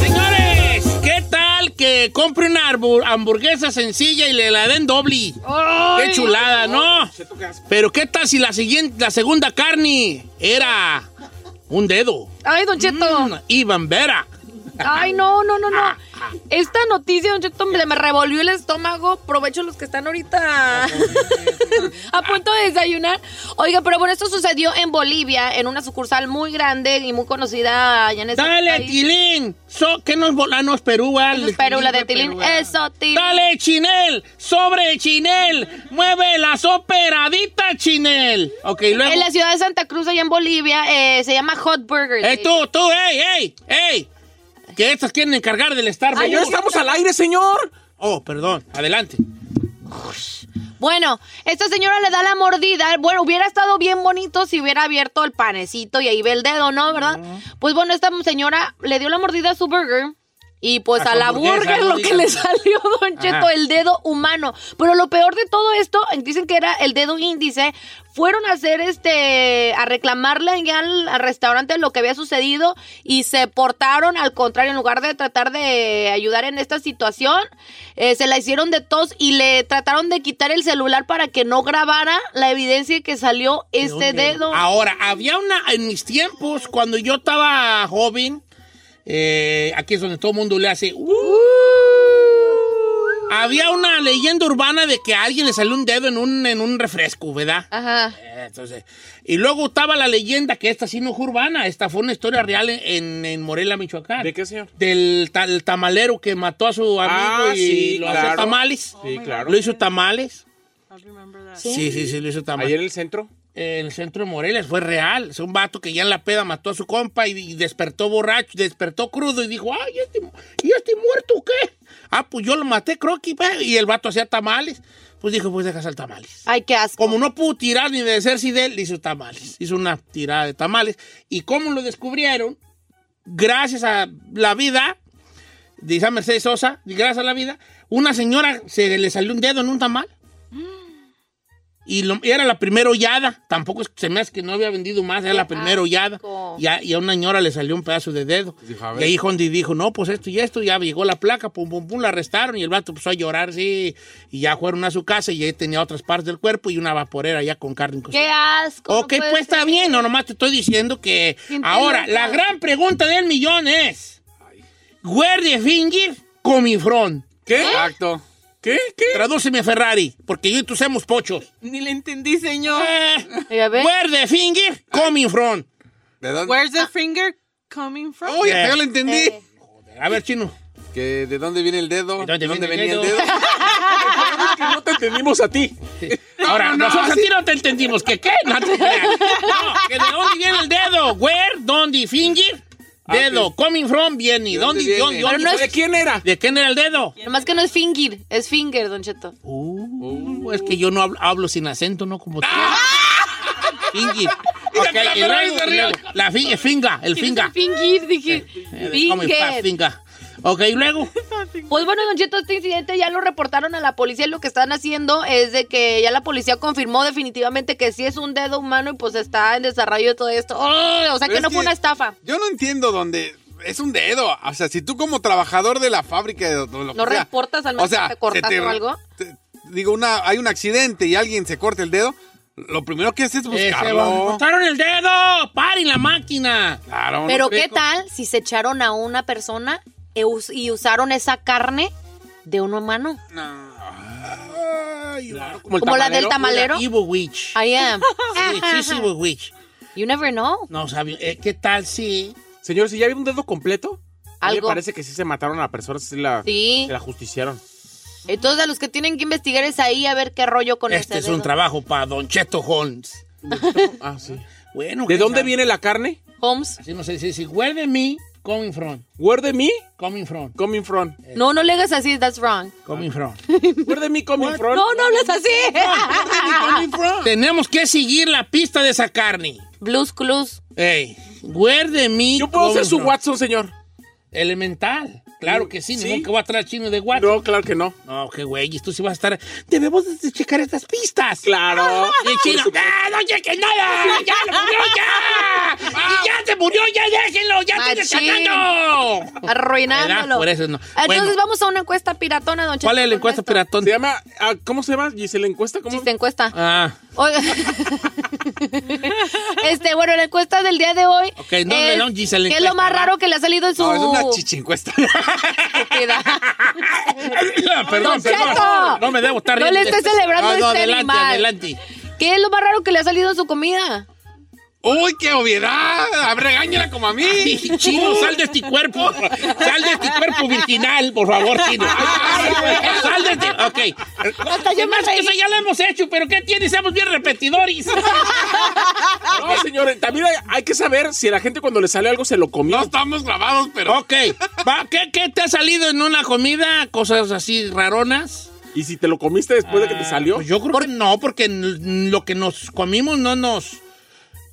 Speaker 1: Señores, ¿qué tal que compre una arbu- hamburguesa sencilla y le la den doble? ¡Qué chulada, no! Pero ¿qué tal si la, siguiente, la segunda carne era un dedo?
Speaker 3: Ay, Don Cheto.
Speaker 1: Y bambera.
Speaker 3: Ay, no, no, no,
Speaker 1: Ah,
Speaker 3: no. Esta noticia, Don Cheto, me, me revolvió el estómago. Provecho los que están ahorita a punto de desayunar. Oiga, pero bueno, esto sucedió en Bolivia, en una sucursal muy grande y muy conocida allá en ese
Speaker 1: Dale,
Speaker 3: país.
Speaker 1: Tilín. So, ¿Qué nos volanos Perú? al-
Speaker 3: Eso es Perú, la de Tilín. Eso, Tilín.
Speaker 1: Dale, Chinel. Sobre Chinel. Mueve la soperadita, Chinel. Ok, luego.
Speaker 3: En la ciudad de Santa Cruz, allá en Bolivia, eh, se llama Hot Burger.
Speaker 1: ¡Ey, Eh, tú, tú! ¡Ey, ey, ey! Que estos quieren encargar del Starbucks.
Speaker 3: Ay, no estamos al
Speaker 1: aire, señor! Oh, perdón. Adelante.
Speaker 3: Bueno, esta señora le da la mordida. Bueno, hubiera estado bien bonito si hubiera abierto el panecito y ahí ve el dedo, ¿no? ¿Verdad? Pues bueno, esta señora le dio la mordida a su burger. Y pues
Speaker 5: A
Speaker 3: a,
Speaker 5: su
Speaker 3: la
Speaker 5: hamburguesa,
Speaker 3: burger
Speaker 5: no
Speaker 3: lo que le
Speaker 5: digas.
Speaker 3: salió, Don Cheto,
Speaker 5: Ajá.
Speaker 3: el dedo humano. Pero lo peor de todo esto, dicen que era el dedo índice, fueron a hacer este, a reclamarle allá al, al restaurante lo que había sucedido y se portaron al contrario, en lugar de tratar de ayudar en esta situación, eh, se la hicieron de tos y le trataron de quitar el celular para que no grabara la evidencia que salió este dedo.
Speaker 1: Eh, Ahora, había una. En mis tiempos, cuando yo estaba joven, eh, aquí es donde todo el mundo le hace. "Uh". Había una leyenda urbana de que a alguien le salió un dedo en un, en un refresco, ¿verdad?
Speaker 3: Ajá.
Speaker 1: Eh, Entonces, y luego estaba la leyenda que esta sí no es urbana, esta fue una historia real en- en, en Morelia, Michoacán. ¿De qué, señor? Del tal tamalero que mató a su amigo
Speaker 2: Ah,
Speaker 1: y
Speaker 2: sí,
Speaker 1: lo
Speaker 2: claro.
Speaker 1: hizo tamales.
Speaker 2: Sí, claro.
Speaker 1: Lo hizo tamales. Sí, sí, sí, lo hizo tamales.
Speaker 2: ¿Ayer en el centro?
Speaker 1: En el centro de Morelia, fue real. Es un vato que ya en la peda mató a su compa y, y despertó borracho, despertó crudo y dijo, ay, este, ¿y este muerto qué? Ah, pues yo lo maté, creo que, ve". y el vato hacía tamales. Pues dijo, pues dejas al tamales.
Speaker 3: Ay, qué asco.
Speaker 1: Como no pudo tirar ni deshacerse de él, hizo tamales. Hizo una tirada de tamales. ¿Y cómo lo descubrieron? Gracias a la vida, dice Mercedes Sosa, gracias a la vida, una señora se le salió un dedo en un tamal. Y lo- era la primera hollada. Tampoco es- se me hace que no había vendido más. Era la primera hollada. Y a, y a una señora le salió un pedazo de dedo.
Speaker 4: ver.
Speaker 1: Y ahí Hondi dijo, no, pues esto y esto. Ya llegó la placa, pum, pum, pum, la arrestaron. Y el vato empezó a llorar, sí. Y ya fueron a su casa y ahí tenía otras partes del cuerpo y una vaporera ya con carne. encostada.
Speaker 3: ¡Qué asco! no
Speaker 1: Ok,
Speaker 3: puede
Speaker 1: pues está bien, no, nomás te estoy diciendo que...
Speaker 3: Gente
Speaker 1: Ahora,
Speaker 3: loca.
Speaker 1: la gran pregunta del millón es... Where the finger coming from? ¿Qué? Exacto. ¿Qué? ¿Qué? Tradúceme Ferrari, porque yo y tú somos pochos.
Speaker 5: Ni le entendí, señor.
Speaker 3: Ya ve.
Speaker 1: Where the finger coming from? ¿De
Speaker 5: Where's
Speaker 1: Ah.
Speaker 5: the finger coming from?
Speaker 4: Oye, hasta yo lo entendí.
Speaker 1: A ver, chino.
Speaker 4: Que ¿De dónde viene el dedo? ¿De dónde,
Speaker 1: viene
Speaker 4: venía
Speaker 1: el
Speaker 4: el dedo?
Speaker 1: no te entendimos a ti. Ahora,
Speaker 4: no, no,
Speaker 1: nosotros
Speaker 4: así-
Speaker 1: a ti no te entendimos. ¿Qué qué? No te creas. No, que de dónde viene el dedo. Where, dónde, finger,
Speaker 4: Ah,
Speaker 1: dedo. Coming from, viene. ¿Dónde,
Speaker 3: dónde viene?
Speaker 1: dónde,
Speaker 3: Pero
Speaker 1: dónde?
Speaker 3: no es-
Speaker 1: ¿De quién era? ¿De quién era el dedo?
Speaker 3: Nomás que no es finger, es finger, Don Cheto.
Speaker 1: Uh, es que yo no hablo, hablo sin acento, no como tú. Finger. Ok,
Speaker 3: la
Speaker 1: y
Speaker 3: Ferrari
Speaker 1: luego-
Speaker 3: se
Speaker 1: y
Speaker 3: rió.
Speaker 1: luego, la fi- el finga, el finga. Eh,
Speaker 3: Fingir, dije.
Speaker 1: Coming from,
Speaker 3: Finger.
Speaker 1: finga. Ok, y luego.
Speaker 3: Pues bueno, Don Cheto, este incidente ya lo reportaron a la policía y lo que están haciendo es de que ya la policía confirmó definitivamente que sí es un dedo humano y pues está en desarrollo todo esto. ¡Ay! o sea
Speaker 4: Pero
Speaker 3: que
Speaker 4: es
Speaker 3: no
Speaker 4: que-
Speaker 3: fue una estafa.
Speaker 4: Yo no entiendo dónde. es un dedo. O sea, si tú como trabajador de la fábrica de
Speaker 3: ¿No
Speaker 4: odontología,
Speaker 3: reportas al menos
Speaker 4: o sea,
Speaker 3: que te cortaste
Speaker 4: se te-
Speaker 3: o algo?
Speaker 4: digo, una, hay un accidente y alguien se corta el dedo, lo primero que haces es
Speaker 1: Eh, se
Speaker 4: buscarlo.
Speaker 1: cortaron el dedo! ¡Paren la máquina!
Speaker 4: Claro, no
Speaker 3: Pero
Speaker 4: creo.
Speaker 3: ¿qué tal si se echaron a una persona e us- y usaron esa carne de un humano?
Speaker 1: el
Speaker 3: Como la del tamalero.
Speaker 1: Evil Witch.
Speaker 3: I am.
Speaker 1: Sí, sí, sí, Evil Witch.
Speaker 3: You never know.
Speaker 1: No, sabio. eh, ¿Qué tal si...?
Speaker 2: Señor, si ya había un dedo completo, a mí me
Speaker 3: Algo.
Speaker 2: parece que sí se mataron a la persona, sí la,
Speaker 3: Sí.
Speaker 2: se la justiciaron.
Speaker 3: Entonces a los que tienen que investigar es ahí a ver qué rollo con
Speaker 1: Este
Speaker 3: ese
Speaker 1: es un
Speaker 3: dedo.
Speaker 1: trabajo para Don Cheto Holmes.
Speaker 2: Ah, sí.
Speaker 1: Bueno,
Speaker 2: ¿De
Speaker 1: ¿qué
Speaker 2: dónde
Speaker 1: sabe?
Speaker 2: viene la carne?
Speaker 3: Holmes.
Speaker 1: Así no sé, sí, sí. Where de me coming from.
Speaker 2: Where de me
Speaker 1: Coming from.
Speaker 2: coming from.
Speaker 3: No, no le hagas así, that's wrong.
Speaker 1: Coming from.
Speaker 2: Where de me coming from.
Speaker 3: No, no hables así.
Speaker 1: Tenemos que seguir la pista de esa carne.
Speaker 3: Blues Clues.
Speaker 1: Ey, where de me
Speaker 2: Yo puedo
Speaker 1: coming
Speaker 2: ser su
Speaker 1: from.
Speaker 2: Watson, señor.
Speaker 1: Elemental. Claro que sí,
Speaker 2: Sí.
Speaker 1: ni modo que voy a traer chino de Watson.
Speaker 2: No, claro que no.
Speaker 1: No, qué güey, tú sí vas a estar. Debemos de checar estas pistas.
Speaker 2: Claro.
Speaker 1: Y el chino, ¡Ah, no cheques nada! ¡Ya lo murió ya! ¡Y ya se murió! ¡Ya déjenlo! ¡Ya estoy
Speaker 3: Machín.
Speaker 1: desatando! ¿Verdad?
Speaker 3: Arruinándolo.
Speaker 1: Por eso no.
Speaker 3: Entonces
Speaker 1: Bueno.
Speaker 3: vamos a una encuesta piratona, don Cheto.
Speaker 1: ¿Cuál es la encuesta piratón?
Speaker 2: Se llama, ah, ¿cómo se llama? ¿Y se le encuesta? ¿Cómo?
Speaker 3: Chiste encuesta.
Speaker 1: Ah,
Speaker 3: Oiga. este, bueno, la encuesta del día de hoy.
Speaker 1: Ok, no, no, no, Giselle,
Speaker 3: ¿Qué es lo más
Speaker 1: encuesta,
Speaker 3: raro que le ha salido en su
Speaker 4: No, es una chichincuesta.
Speaker 3: vida? Don
Speaker 1: perdón, perdón.
Speaker 3: Cheto.
Speaker 1: No me debo estar
Speaker 3: No le
Speaker 1: riendo.
Speaker 3: esté celebrando
Speaker 1: Ah, no,
Speaker 3: este
Speaker 1: adelante,
Speaker 3: animal.
Speaker 1: adelante.
Speaker 3: ¿Qué es lo más raro que le ha salido en su comida?
Speaker 4: ¡Uy, qué obviedad! A ver, Regáñala como a mí.
Speaker 1: Chino, sal de este cuerpo. Sal de este cuerpo virginal, por favor, Chino. Sal de este. Ok.
Speaker 3: Hasta yo me
Speaker 1: Además, que
Speaker 3: reí.
Speaker 1: eso ya lo hemos hecho, pero ¿qué tiene? Seamos bien repetidores.
Speaker 2: No, señor, también hay, hay que saber si a la gente cuando le sale algo se lo comió.
Speaker 4: No estamos grabados, pero.
Speaker 1: ok. Va, ¿Qué, ¿Qué te ha salido en una comida? Cosas así raronas.
Speaker 2: Y si te lo comiste después de que te salió.
Speaker 1: Pues yo creo que no, porque n- lo que nos comimos no nos.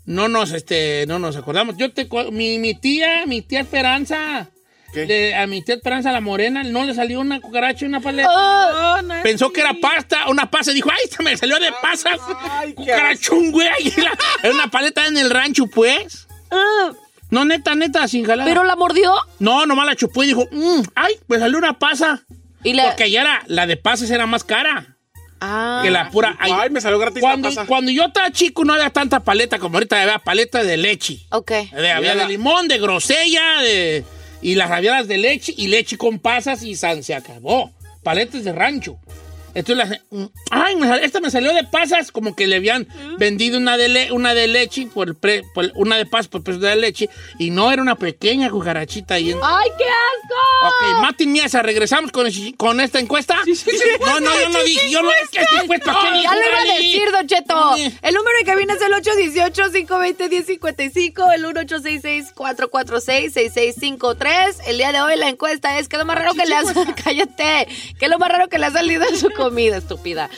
Speaker 1: No nos, este, no nos acordamos. Yo te cu- mi, mi tía, mi tía Esperanza. le- a mi tía Esperanza la morena no le salió una cucaracha y una paleta. Pensó que era pasta, una pasta, y dijo, ¡ay, se me salió de pasas!
Speaker 2: Ay, qué
Speaker 1: ¡Cucarachón, güey! Era una paleta en el rancho, pues. No, neta, neta, sin jalar.
Speaker 3: Ah. ¿Pero la mordió?
Speaker 1: No, nomás la chupó y dijo, "Mm, ¡ay, me salió una pasa!
Speaker 3: Y la...
Speaker 1: Porque ya era, la de pasas era más cara
Speaker 3: Ah.
Speaker 1: que la pura...
Speaker 2: Ay, me salió gratis la
Speaker 1: cuando,
Speaker 2: pasa.
Speaker 1: cuando yo estaba chico no había tanta paleta como ahorita, había paleta de leche.
Speaker 3: Ok.
Speaker 1: Había- había de limón, de grosella, de... Y las rabiadas de leche, y leche con pasas, y san, se acabó. Paletas de rancho. Entonces, las- mm, ay, me sal- esta me salió de pasas, como que le habían vendido una de, le- una de leche, por, el pre- por el- una de pasas por el precio de la leche, y no era una pequeña cucarachita ahí. en-
Speaker 3: ¡Ay, qué asco!
Speaker 1: Ok, Mati Miesa, regresamos con, el chichi- con esta encuesta. No, no, yo no dije, yo no dije que esta encuesta. ¿qué
Speaker 3: Oh, Ya
Speaker 1: dijo,
Speaker 3: lo iba a
Speaker 1: Dani?
Speaker 3: decir, Don Cheto.
Speaker 1: Dani.
Speaker 3: El número de cabina es el 818-520-1055, el 1866-446-6653. El día de hoy la encuesta es ¿qué es lo más raro que le has... Cállate. ¿Qué es lo más raro que le ha salido en su comida, estúpida?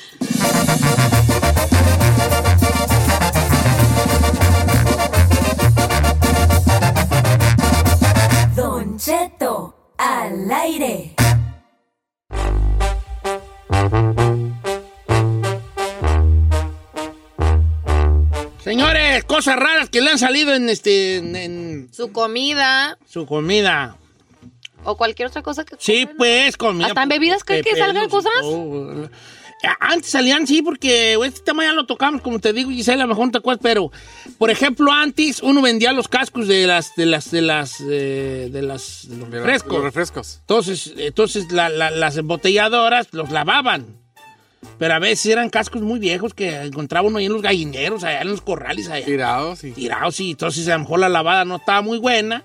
Speaker 7: Don Cheto, al aire.
Speaker 1: Señores, cosas raras que le han salido en este en, en
Speaker 3: Su comida
Speaker 1: su comida.
Speaker 3: o cualquier otra cosa que...
Speaker 1: Sí,
Speaker 3: comen.
Speaker 1: pues, comida.
Speaker 3: ¿Hasta en bebidas creen que
Speaker 1: Pepe,
Speaker 3: salgan
Speaker 1: no,
Speaker 3: cosas?
Speaker 1: no. Antes salían, sí, porque este tema ya lo tocamos, como te digo, Gisela, a lo mejor no te acuerdas, pero, por ejemplo, antes uno vendía los cascos de las, de las, de las, eh, de las, de los
Speaker 4: Pero,
Speaker 1: refrescos.
Speaker 4: Los refrescos.
Speaker 1: Entonces, entonces la- la- las embotelladoras los lavaban. Pero a veces eran cascos muy viejos que encontraba uno ahí en los gallineros, allá en los corrales, allá.
Speaker 4: Tirados y.
Speaker 1: tirados y entonces a lo mejor la lavada no estaba muy buena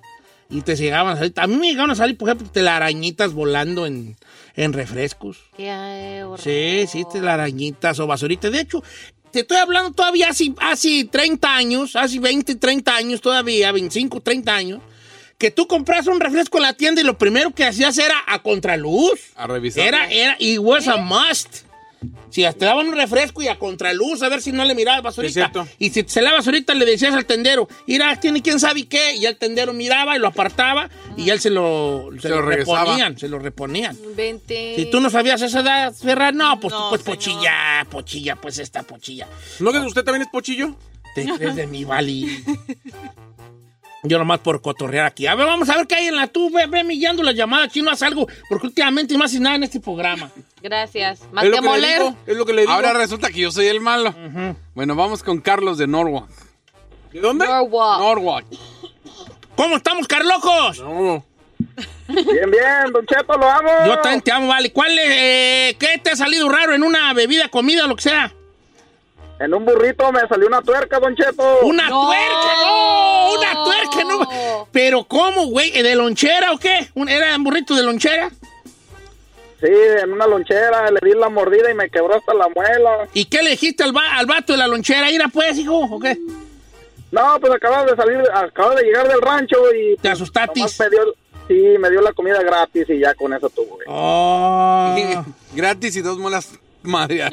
Speaker 1: y te llegaban a salir. A mí me llegaban a salir, por ejemplo, telarañitas volando en, en refrescos.
Speaker 3: Qué eh, horror.
Speaker 1: Sí, sí, telarañitas o basuritas. De hecho, te estoy hablando todavía hace, hace 30 años, hace 20, 30 años todavía, 25, 30 años, que tú compras un refresco en la tienda y lo primero que hacías era a contraluz.
Speaker 4: A revisar.
Speaker 1: Era, era, y was a must. Si te daban un refresco y a contraluz, a ver si no le mirabas
Speaker 2: Es
Speaker 1: basurita.
Speaker 2: cierto.
Speaker 1: y si se la basurita le decías al tendero, irá, tiene quién sabe qué, y ya el tendero miraba y lo apartaba y ya él se lo, se
Speaker 4: Se
Speaker 1: lo
Speaker 4: lo regresaba.
Speaker 1: reponían, se lo reponían.
Speaker 3: Vente.
Speaker 1: Si tú no sabías esa edad, Ferrar, no, pues tú,
Speaker 5: No,
Speaker 1: pues
Speaker 5: señor.
Speaker 1: pochilla, pochilla, pues esta pochilla.
Speaker 2: ¿No que usted también es pochillo?
Speaker 1: Te crees de mi Bali. Yo nomás por cotorrear aquí. A ver, vamos a ver qué hay en la tu. Ve, ve millando la llamada. Chino, haz algo. Porque últimamente no haces nada en este programa.
Speaker 3: Gracias.
Speaker 1: Más que moler.
Speaker 4: es lo que le digo. Ahora resulta que yo soy el malo. Bueno, vamos con Carlos de Norwalk. ¿De dónde?
Speaker 3: Norwalk.
Speaker 4: Norwalk.
Speaker 1: ¿Cómo estamos, Carlocos?
Speaker 8: Bien, bien, Don Cheto, lo amo.
Speaker 1: Yo también te amo, vale. ¿Cuál es, eh, qué te ha salido raro en una bebida, comida, lo que sea?
Speaker 8: En un burrito me salió una tuerca, Don Cheto.
Speaker 1: ¡Una tuerca! ¡No! ¡Una tuerca! No. ¿Pero cómo, güey? ¿De lonchera o qué? ¿Un- ¿Era un burrito de lonchera?
Speaker 8: Sí, en una lonchera, le di la mordida y me quebró hasta la muela.
Speaker 1: ¿Y qué le dijiste al, va- al vato de la lonchera? ¿Ira pues, hijo? ¿O qué?
Speaker 8: No, pues acababa de salir, acababa de llegar del rancho y...
Speaker 1: ¿Te asustaste?
Speaker 8: Me dio, sí, me dio la comida gratis y ya con eso tuvo.
Speaker 1: Ah.
Speaker 4: Gratis y dos muelas madre.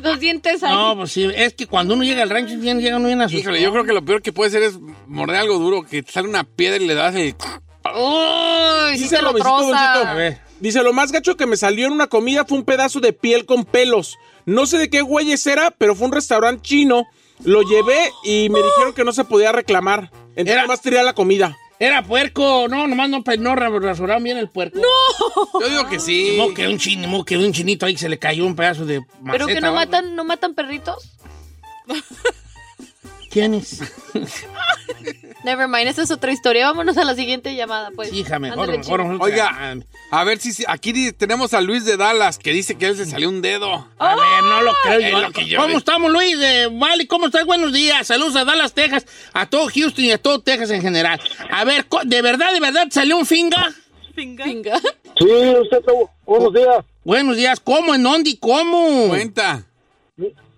Speaker 3: Dos dientes ahí.
Speaker 1: No, pues sí, es que cuando uno llega al rancho, bien, llega uno bien asustado.
Speaker 4: Híjole, yo creo que lo peor que puede ser es morder algo duro, que te sale una piedra y le das el...
Speaker 3: Uy, sí te lo
Speaker 2: besito, Don
Speaker 3: troza.
Speaker 8: Ah.
Speaker 2: Cheto. Dice, lo más gacho que me salió en una comida fue un pedazo de piel con pelos. No sé de qué güeyes era, pero fue un restaurante chino. Lo llevé y me dijeron que no se podía reclamar. Entonces más tiré la comida.
Speaker 1: Era puerco, no, nomás no, pues, no ra- rasuraron bien el puerco. ¡No!
Speaker 4: Yo digo que sí.
Speaker 1: Ni modo que un, chin, ni modo que un chinito ahí que se le cayó un pedazo de maceta.
Speaker 3: Pero que no
Speaker 1: ¿va?
Speaker 3: matan, no matan perritos.
Speaker 1: ¿Quién es?
Speaker 3: Pues, Never mind, esa es otra historia. Vámonos a la siguiente llamada, pues.
Speaker 1: Hija, mejor,
Speaker 3: Ándale,
Speaker 1: mejor.
Speaker 3: chino.
Speaker 4: Oiga, a ver si, si- aquí di- tenemos a Luis de Dallas que dice que a él se salió un dedo.
Speaker 1: A ver, no lo creo
Speaker 4: Es
Speaker 1: yo.
Speaker 4: lo que yo
Speaker 1: ¿Cómo
Speaker 4: digo.
Speaker 1: estamos, Luis? Eh, vale, ¿cómo estás? Buenos días. Saludos a Dallas, Texas, a todo Houston y a todo Texas en general. A ver, co- ¿de verdad, de verdad te salió un finga?
Speaker 5: Finga.
Speaker 3: Venga.
Speaker 8: Sí, usted, oh, buenos días.
Speaker 1: Buenos días. ¿Cómo? ¿En dónde y cómo?
Speaker 4: Cuenta.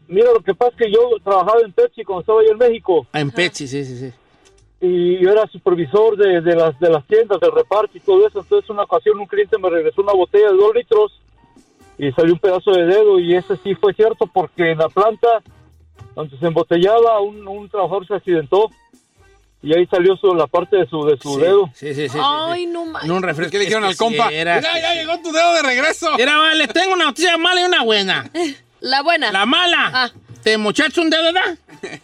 Speaker 8: Mira, lo que pasa es que yo trabajaba en Pepsi cuando estaba yo en México
Speaker 1: Ah, En Pepsi, sí, sí, sí.
Speaker 8: y yo era supervisor de, de las, de las tiendas, del reparto y todo eso. Entonces, una ocasión un cliente me regresó una botella de dos litros y salió un pedazo de dedo y ese sí fue cierto porque en la planta donde se embotellaba un, un trabajador se accidentó y ahí salió su- la parte de su, de su
Speaker 1: Sí,
Speaker 8: dedo.
Speaker 1: Sí, sí, sí, sí.
Speaker 3: Ay, no
Speaker 1: En un
Speaker 3: manches.
Speaker 1: refresco.
Speaker 4: ¿Qué le dijeron
Speaker 1: Es que
Speaker 4: al compa?
Speaker 1: sí era-
Speaker 4: Mira, ya llegó tu dedo de regreso.
Speaker 1: Mira, vale, tengo una noticia mala y una buena.
Speaker 3: La buena.
Speaker 1: La mala.
Speaker 3: Ah.
Speaker 1: ¿Te mochaste un dedo, verdad?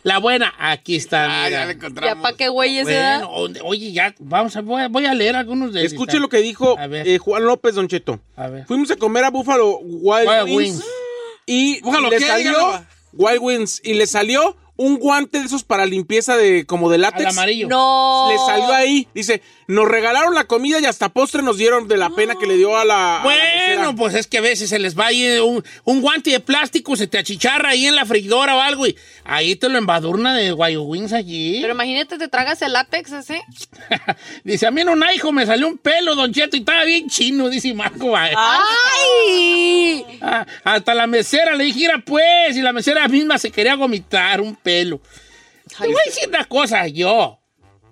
Speaker 1: La buena. Aquí está.
Speaker 4: Ah,
Speaker 1: mira.
Speaker 4: ya le
Speaker 3: Ya
Speaker 4: encontramos.
Speaker 3: pa' qué güey ese
Speaker 1: Bueno,
Speaker 3: da.
Speaker 1: o- oye, ya, vamos a, voy a, voy a leer algunos de
Speaker 2: Escuche lo que dijo
Speaker 1: A ver.
Speaker 2: eh, Juan López, Don Cheto.
Speaker 1: A ver.
Speaker 2: Fuimos a comer a Buffalo Wild,
Speaker 1: Wild
Speaker 2: Wings,
Speaker 1: Wings.
Speaker 2: y
Speaker 4: Buffalo,
Speaker 2: le
Speaker 4: ¿qué?
Speaker 2: salió
Speaker 4: Dígalo.
Speaker 2: Wild Wings y le salió un guante de esos para limpieza de como de látex.
Speaker 1: Al amarillo.
Speaker 2: Ah,
Speaker 3: No.
Speaker 2: Le salió ahí, dice, nos regalaron la comida y hasta postre nos dieron de la pena que le dio a la... a la mesera".
Speaker 1: Bueno, pues es que a veces se les va ahí un, un guante de plástico, se te achicharra ahí en la freidora o algo y ahí te lo embadurna de Guayo Wings allí.
Speaker 3: Pero imagínate, te tragas el látex ese.
Speaker 1: dice, a mí en un hijo me salió un pelo, don Cheto, y estaba bien chino, dice Marco. va.
Speaker 3: ¡Ay!
Speaker 1: Ah, hasta la mesera le dije, "Mira, pues, y la mesera misma se quería vomitar un pelo. Te voy a decir una cosa yo,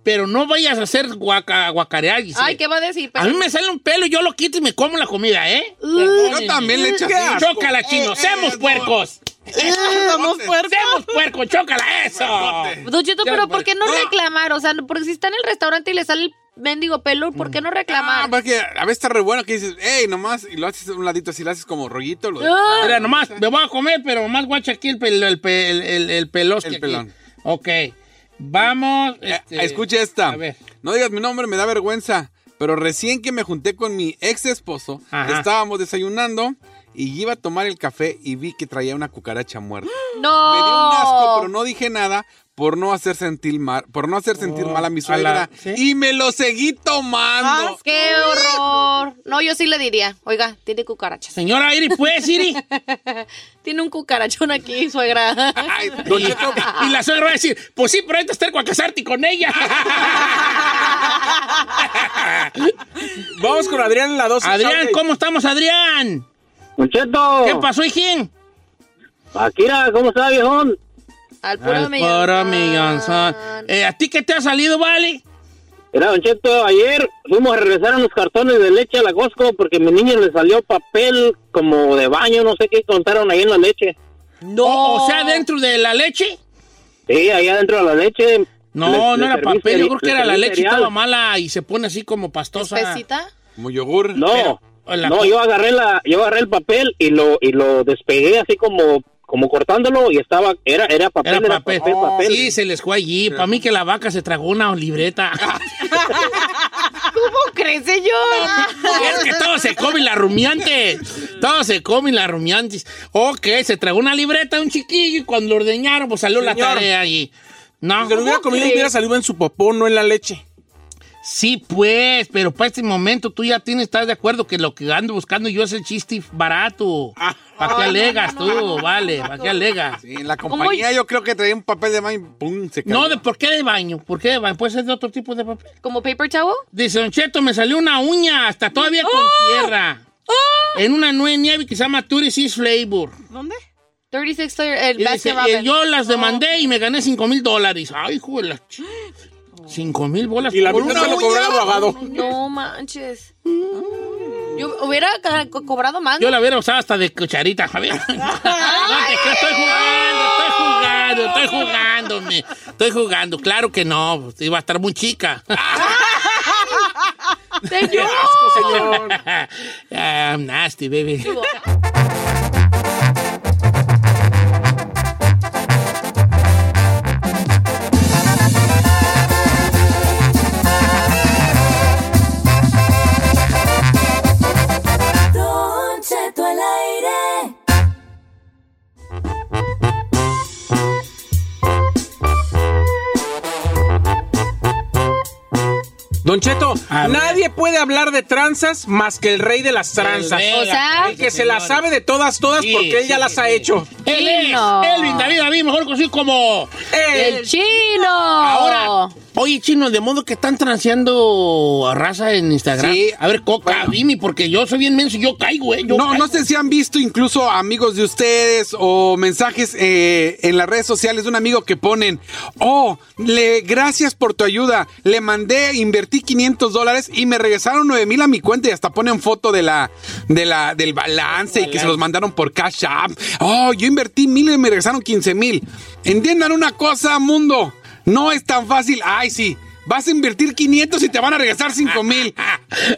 Speaker 1: pero no vayas a hacer guaca, guacarear, Giselle.
Speaker 3: Ay, ¿qué va a decir?
Speaker 1: A mí me sale un pelo, yo lo quito y me como la comida, ¿eh?
Speaker 4: Yo también le Eh, eché así.
Speaker 1: Chócala, chino, seamos puercos.
Speaker 5: Somos fuertes.
Speaker 1: Seamos puercos, chócala, eso.
Speaker 3: Don Cheto,
Speaker 1: Ya,
Speaker 3: pero
Speaker 1: pues.
Speaker 3: ¿por qué no reclamar? O sea, porque si está en el restaurante y le sale el mendigo pelo, ¿por qué no
Speaker 4: Ah,
Speaker 3: reclamar?
Speaker 4: porque a veces está re bueno que dices, hey, nomás, y lo haces a un ladito así, lo haces como rollito. Lo
Speaker 3: Ah.
Speaker 1: Mira, nomás, me voy a comer, pero nomás guacha aquí el, pel, el, pel- el- el pelosque
Speaker 4: El
Speaker 1: aquí.
Speaker 4: pelón.
Speaker 1: Ok, vamos.
Speaker 4: Eh,
Speaker 1: este,
Speaker 4: escucha esta.
Speaker 1: A ver.
Speaker 4: No digas mi nombre, me da vergüenza. Pero recién que me junté con mi ex esposo,
Speaker 1: Ajá.
Speaker 4: estábamos desayunando y iba a tomar el café y vi que traía una cucaracha muerta.
Speaker 3: No.
Speaker 4: Me dio un asco, pero no dije nada por no hacer sentir mal, por no hacer sentir
Speaker 1: Oh,
Speaker 4: mal a mi
Speaker 1: a la-
Speaker 4: suegra.
Speaker 1: ¿sí? Ah,
Speaker 4: Y me lo seguí tomando.
Speaker 3: ¡Qué horror! No, yo sí le diría. Oiga, tiene cucarachas.
Speaker 1: Señora Iri, pues, Iri.
Speaker 3: Tiene un cucarachón aquí, suegra.
Speaker 4: Ay,
Speaker 1: y, y la suegra va a decir, pues sí, pero ahorita está a casarte con ella.
Speaker 4: Ah,
Speaker 2: Vamos con Adrián en la 12.
Speaker 1: Adrián,
Speaker 2: Saudi.
Speaker 1: ¿cómo estamos, Adrián?
Speaker 8: Don Cheto,
Speaker 1: ¿Qué pasó, hijín?
Speaker 8: Akira, ¿cómo está, viejón?
Speaker 3: Al puro
Speaker 1: Al
Speaker 3: millón.
Speaker 1: puro millonzón. Eh, ¿A ti qué te ha salido, Vale?
Speaker 8: Mira, Don Cheto, ayer fuimos a regresar unos cartones de leche a la Costco porque a mi niño le salió papel como de baño, no sé qué contaron ahí en la leche.
Speaker 1: No. O, o sea, dentro de la leche.
Speaker 8: Sí, ahí adentro de la leche.
Speaker 1: No,
Speaker 8: Le- le
Speaker 1: no era
Speaker 8: serví
Speaker 1: papel,
Speaker 8: cere-
Speaker 1: yo creo que
Speaker 8: le
Speaker 1: era la
Speaker 8: serví
Speaker 1: leche,
Speaker 8: cereal.
Speaker 1: estaba mala y se pone así como pastosa.
Speaker 3: ¿Pesita?
Speaker 4: Como yogur.
Speaker 8: No,
Speaker 1: Pero, la
Speaker 8: no,
Speaker 1: co-
Speaker 8: yo agarré la, yo agarré el papel y lo, y lo despegué así como
Speaker 10: como cortándolo y estaba, era, era papel,
Speaker 1: Era papel.
Speaker 10: papel, papel.
Speaker 1: Sí, se les fue allí. Para mí que la vaca se tragó una libreta.
Speaker 3: ¿Cómo crees, señor?
Speaker 1: es que todo se come la rumiante. Todo se come la rumiante. Ok, se tragó una libreta un chiquillo y cuando lo ordeñaron, pues salió la
Speaker 2: Señor.
Speaker 1: tarea allí. No.
Speaker 2: Si lo hubiera comido, hubiera salido en su popó, no en la leche.
Speaker 1: Sí, pues, pero para este momento tú ya tienes, estás de acuerdo que lo que ando buscando yo es el chiste barato. ¿Para qué
Speaker 4: Ay,
Speaker 1: alegas
Speaker 4: no, no, no,
Speaker 1: tú? Vale, ¿para qué alegas?
Speaker 4: Sí, en la compañía yo creo que traía un papel de baño y pum, se cayó.
Speaker 1: No, ¿de por qué de baño? ¿Por qué de baño? Puede ser de otro tipo de papel.
Speaker 3: ¿Como paper towel?
Speaker 1: Dice, Don Cheto, me salió una uña, hasta todavía con tierra. En una nue- nieve que se llama Turisis Flavor.
Speaker 3: ¿Dónde? 36 Flavor,
Speaker 1: Y
Speaker 3: el
Speaker 1: dice,
Speaker 3: Baskin Robbins.
Speaker 1: "Eh, yo las demandé y me gané 5 mil dólares. Ay, hijo de la ch- 5 mil bolas.
Speaker 2: Y la
Speaker 1: por
Speaker 2: Virgen
Speaker 1: una
Speaker 2: se lo cobró
Speaker 1: uña.
Speaker 2: al abogado.
Speaker 3: No manches. Yo hubiera ca- co- cobrado más.
Speaker 1: Mm. Yo la hubiera usado hasta de cucharita, Javier. estoy jugando, estoy jugando, estoy jugando, me- estoy jugando. Claro que no, pues, iba a estar muy chica.
Speaker 3: ¡Señor!
Speaker 1: I'm Ah, nasty, baby.
Speaker 7: Don Cheto al aire.
Speaker 2: Don Cheto, nadie puede hablar de tranzas más que el rey de las tranzas.
Speaker 1: rey de O las sea- tranzas,
Speaker 2: el que se las sabe de todas, todas,
Speaker 1: Sí,
Speaker 2: porque él ya
Speaker 1: sí,
Speaker 2: las ha hecho.
Speaker 1: Él es Elvin David David, mejor conocido como...
Speaker 3: ¡El chino!
Speaker 1: Ahora, oye, chino, de modo que están transeando a raza en Instagram.
Speaker 4: Sí.
Speaker 1: A ver, Coca, dime, porque yo soy bien menso, yo caigo, ¿eh? Yo
Speaker 4: No,
Speaker 1: caigo.
Speaker 4: no sé si han visto incluso amigos de ustedes o mensajes eh, en las redes sociales de un amigo que ponen, oh, le, gracias por tu ayuda, le mandé, invertí 500 dólares y me regresaron 9 mil a mi cuenta y hasta ponen foto de la, de la, del balance y que se los mandaron por Cash App. Oh, yo invertí mil y me regresaron 15 mil. Entiendan una cosa, mundo, no es tan fácil, ay sí. Vas a invertir 500 y te van a regresar 5 mil.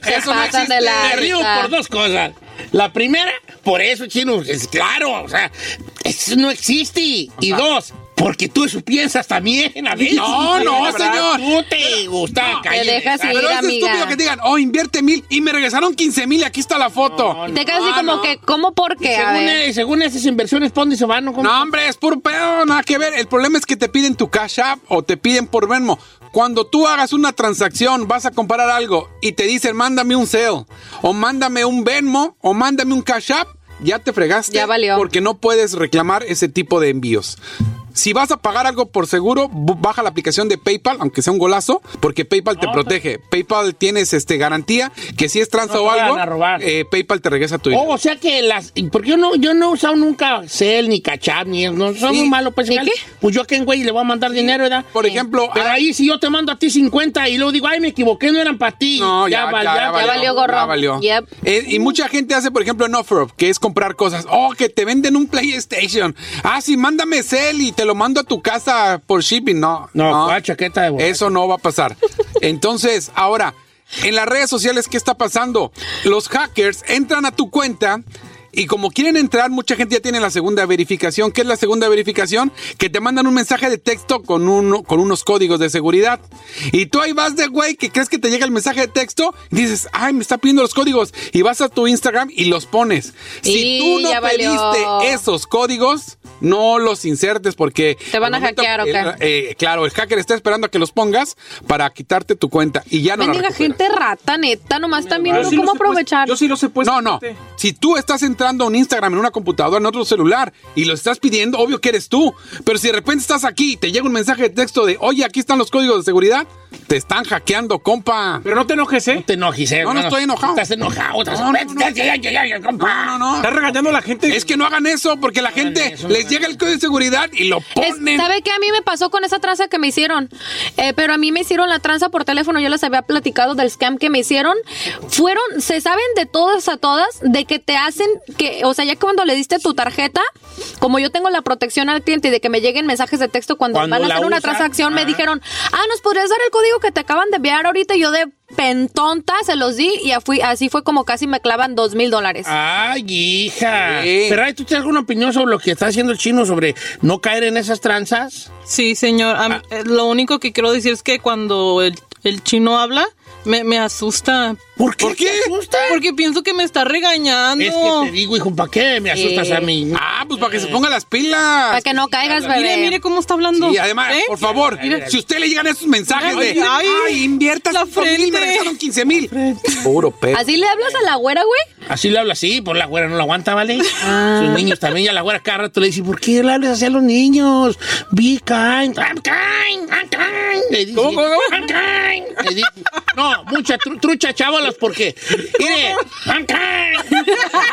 Speaker 4: Eso no
Speaker 3: pasan de
Speaker 4: existe.
Speaker 3: lanza.
Speaker 1: Me río por dos cosas. La primera, por eso, chino, es claro, o sea, eso no existe. Y dos, porque tú eso piensas también, a veces.
Speaker 4: No, no,
Speaker 1: La verdad,
Speaker 4: señor.
Speaker 1: Tú te gusta, cállate.
Speaker 4: Pero es estúpido que digan, oh, invierte mil y me regresaron 15 mil y aquí está la foto. Ah, No,
Speaker 3: Te
Speaker 5: Ah,
Speaker 3: quedas así como que, ¿cómo por qué? A
Speaker 1: Según,
Speaker 3: ver.
Speaker 1: eh, según esas inversiones, ¿pa' dónde se van? ¿Cómo?
Speaker 4: hombre, es puro pedo, nada que ver. El problema es que te piden tu Cash App o te piden por Venmo. Cuando tú hagas una transacción, vas a comprar algo y te dicen, mándame un sale o mándame un Venmo o mándame un Cash App, ya te fregaste.
Speaker 3: Ya valió.
Speaker 4: Porque no puedes reclamar ese tipo de envíos. Si vas a pagar algo por seguro, bu- baja la aplicación de PayPal, aunque sea un golazo, porque PayPal te protege. PayPal tienes este garantía que si es tranza
Speaker 1: No te
Speaker 4: o
Speaker 1: vayan
Speaker 4: algo,
Speaker 1: a robar.
Speaker 4: eh, PayPal te regresa tu dinero.
Speaker 1: Oh, o sea que las. Porque yo no, yo no he usado nunca Cel, ni Cachap, ni. No soy muy malo para ese jale. Pues yo a en güey le voy a mandar dinero, ¿verdad?
Speaker 4: Por ejemplo,
Speaker 1: Pero
Speaker 4: ah,
Speaker 1: ahí si yo te mando a ti 50 y luego digo, ay, me equivoqué, no eran para ti.
Speaker 4: No, ya,
Speaker 1: val-
Speaker 4: ya, ya
Speaker 3: valió gorro.
Speaker 4: ya valió.
Speaker 3: Yep.
Speaker 4: Eh, y mucha gente hace, por ejemplo, en OfferUp, que es comprar cosas. Oh, que te venden un PlayStation. Ah, sí, mándame Cell y te lo mando a tu casa por shipping. No,
Speaker 1: No, ¿cuál chaqueta de borracho?
Speaker 4: Eso no va a pasar. Entonces, ahora, en las redes sociales, ¿qué está pasando? Los hackers entran a tu cuenta. Y como quieren entrar, mucha gente ya tiene la segunda verificación. ¿Qué es la segunda verificación? Que te mandan un mensaje de texto con, uno, con unos códigos de seguridad. Y tú ahí vas de güey que crees que te llega el mensaje de texto y dices, ay, me está pidiendo los códigos. Y vas a tu Instagram y los pones. Si
Speaker 3: Y
Speaker 4: tú no
Speaker 3: ya
Speaker 4: pediste
Speaker 3: valió.
Speaker 4: esos códigos, no los insertes porque...
Speaker 3: Te van
Speaker 4: al
Speaker 3: a hackear, ¿o qué?
Speaker 4: el- eh, claro, el hacker está esperando a que los pongas para quitarte tu cuenta y ya no la
Speaker 3: Bendiga
Speaker 4: recuperas.
Speaker 3: gente rata, neta, nomás también
Speaker 2: Yo
Speaker 3: no
Speaker 2: sí
Speaker 3: cómo
Speaker 2: los he puesto-
Speaker 3: aprovechar.
Speaker 2: Yo sí pues, los he
Speaker 8: Pues,
Speaker 2: puesto.
Speaker 4: No, no. Si tú estás entrando a un Instagram, en una computadora, en otro celular y lo estás pidiendo, obvio que eres tú. Pero si de repente estás aquí y te llega un mensaje de texto de, oye, aquí están los códigos de seguridad, te están hackeando, compa.
Speaker 2: Pero no te enojes, ¿eh?
Speaker 1: No te enojes, eh,
Speaker 4: No, no
Speaker 1: hermano.
Speaker 4: estoy enojado.
Speaker 1: Estás enojado. Estás
Speaker 4: No, no, no.
Speaker 1: Ay, ay, ay, ay, compa.
Speaker 4: No, no, no.
Speaker 2: Estás regañando a la gente.
Speaker 4: Es que no hagan eso porque la gente
Speaker 1: eso, no
Speaker 4: les
Speaker 1: hagan
Speaker 4: llega el código de seguridad y lo
Speaker 3: Es-
Speaker 4: ponen.
Speaker 3: ¿Sabe qué a mí me pasó con esa tranza que me hicieron? Eh, pero a mí me hicieron la tranza por teléfono, yo les había platicado del scam que me hicieron. Fueron, se saben de todas a todas, de que te hacen que, o sea, ya cuando le diste tu tarjeta, como yo tengo la protección al cliente y de que me lleguen mensajes de texto cuando,
Speaker 1: Cuando
Speaker 3: van a
Speaker 1: la
Speaker 3: hacer una
Speaker 1: usan,
Speaker 3: transacción, me
Speaker 1: ajá.
Speaker 3: dijeron, ah, nos podrías dar el código que te acaban de enviar ahorita, Y yo de... pentonta se los di y a- fui- así fue como casi me clavan dos mil dólares.
Speaker 1: Ah, Ay, hija. Pero ay, ¿tú tienes alguna opinión sobre lo que está haciendo el chino sobre no caer en esas tranzas?
Speaker 5: Sí, señor. Am- eh, Lo único que quiero decir es que cuando el, el chino habla, me, me asusta.
Speaker 1: ¿Por qué?
Speaker 5: Porque pienso que me está regañando.
Speaker 1: Es que te digo, hijo, ¿para qué me asustas
Speaker 5: Eh.
Speaker 1: a mí?
Speaker 4: Ah, pues para que se ponga las pilas.
Speaker 5: Para que
Speaker 3: no caigas, bebé.
Speaker 5: Mire, mire cómo está hablando.
Speaker 4: Y además,
Speaker 5: ¿Eh?
Speaker 4: por favor,
Speaker 5: Mira.
Speaker 4: si usted le llegan esos mensajes
Speaker 5: Ay,
Speaker 4: de
Speaker 5: ay,
Speaker 4: ay, inviertas cinco mil, me regresaron 15 mil.
Speaker 1: Puro
Speaker 3: ¿Así le hablas a la güera, güey?
Speaker 1: Así le habla así, por la güera no lo aguanta, ¿vale?
Speaker 3: Ah.
Speaker 1: Sus niños también, ya la güera cada rato le dice, ¿por qué le hablas así a los niños? Be kind, I'm kind, I'm kind. Le dice,
Speaker 11: ¿Cómo, cómo,
Speaker 1: I'm kind. Le dice, no, mucha tru- trucha, chavalas, porque, mire, I'm kind.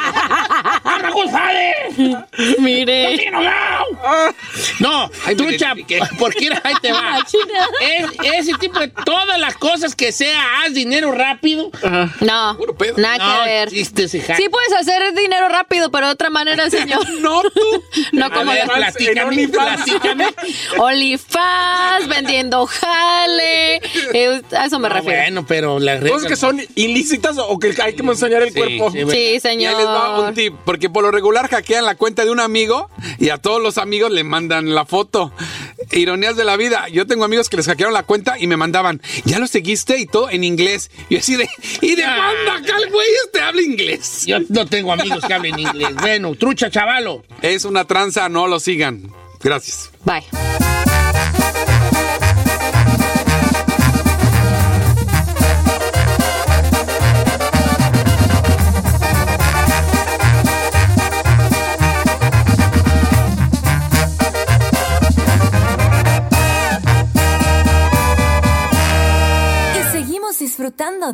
Speaker 1: ¡Ana González!
Speaker 5: Mire.
Speaker 1: ¡No, tiene nogao! No, trucha, porque era- ahí te va. Es- ese tipo de todas las cosas que sea, haz dinero rápido.
Speaker 4: Ah,
Speaker 3: No, nada
Speaker 1: No,
Speaker 3: que ver.
Speaker 1: chistes, hija.
Speaker 3: Sí puedes hacer dinero rápido, pero de otra manera, señor.
Speaker 4: no, tú.
Speaker 3: No
Speaker 1: A
Speaker 3: como
Speaker 1: ver,
Speaker 3: la-
Speaker 1: platícame, platícame.
Speaker 3: OnlyFans, vendiendo jale. eh, a eso me
Speaker 1: Ah,
Speaker 3: refiero.
Speaker 1: bueno, pero las reglas...
Speaker 2: Cosas que son ilícitas o que hay que enseñar el cuerpo.
Speaker 3: sí, Sí, señor.
Speaker 4: Y ahí les va un tip, porque por lo regular hackean la cuenta de un amigo y a todos los amigos le mandan la foto. Ironías de la vida. Yo tengo amigos que les hackearon la cuenta y me mandaban, ya lo seguiste y todo en inglés. Y yo así de, y de manda acá el güey este habla inglés.
Speaker 1: Yo no tengo amigos que hablen inglés. Bueno, trucha, chavalo.
Speaker 4: Es una tranza, no lo sigan. Gracias.
Speaker 3: Bye.
Speaker 7: Y seguimos disfrutando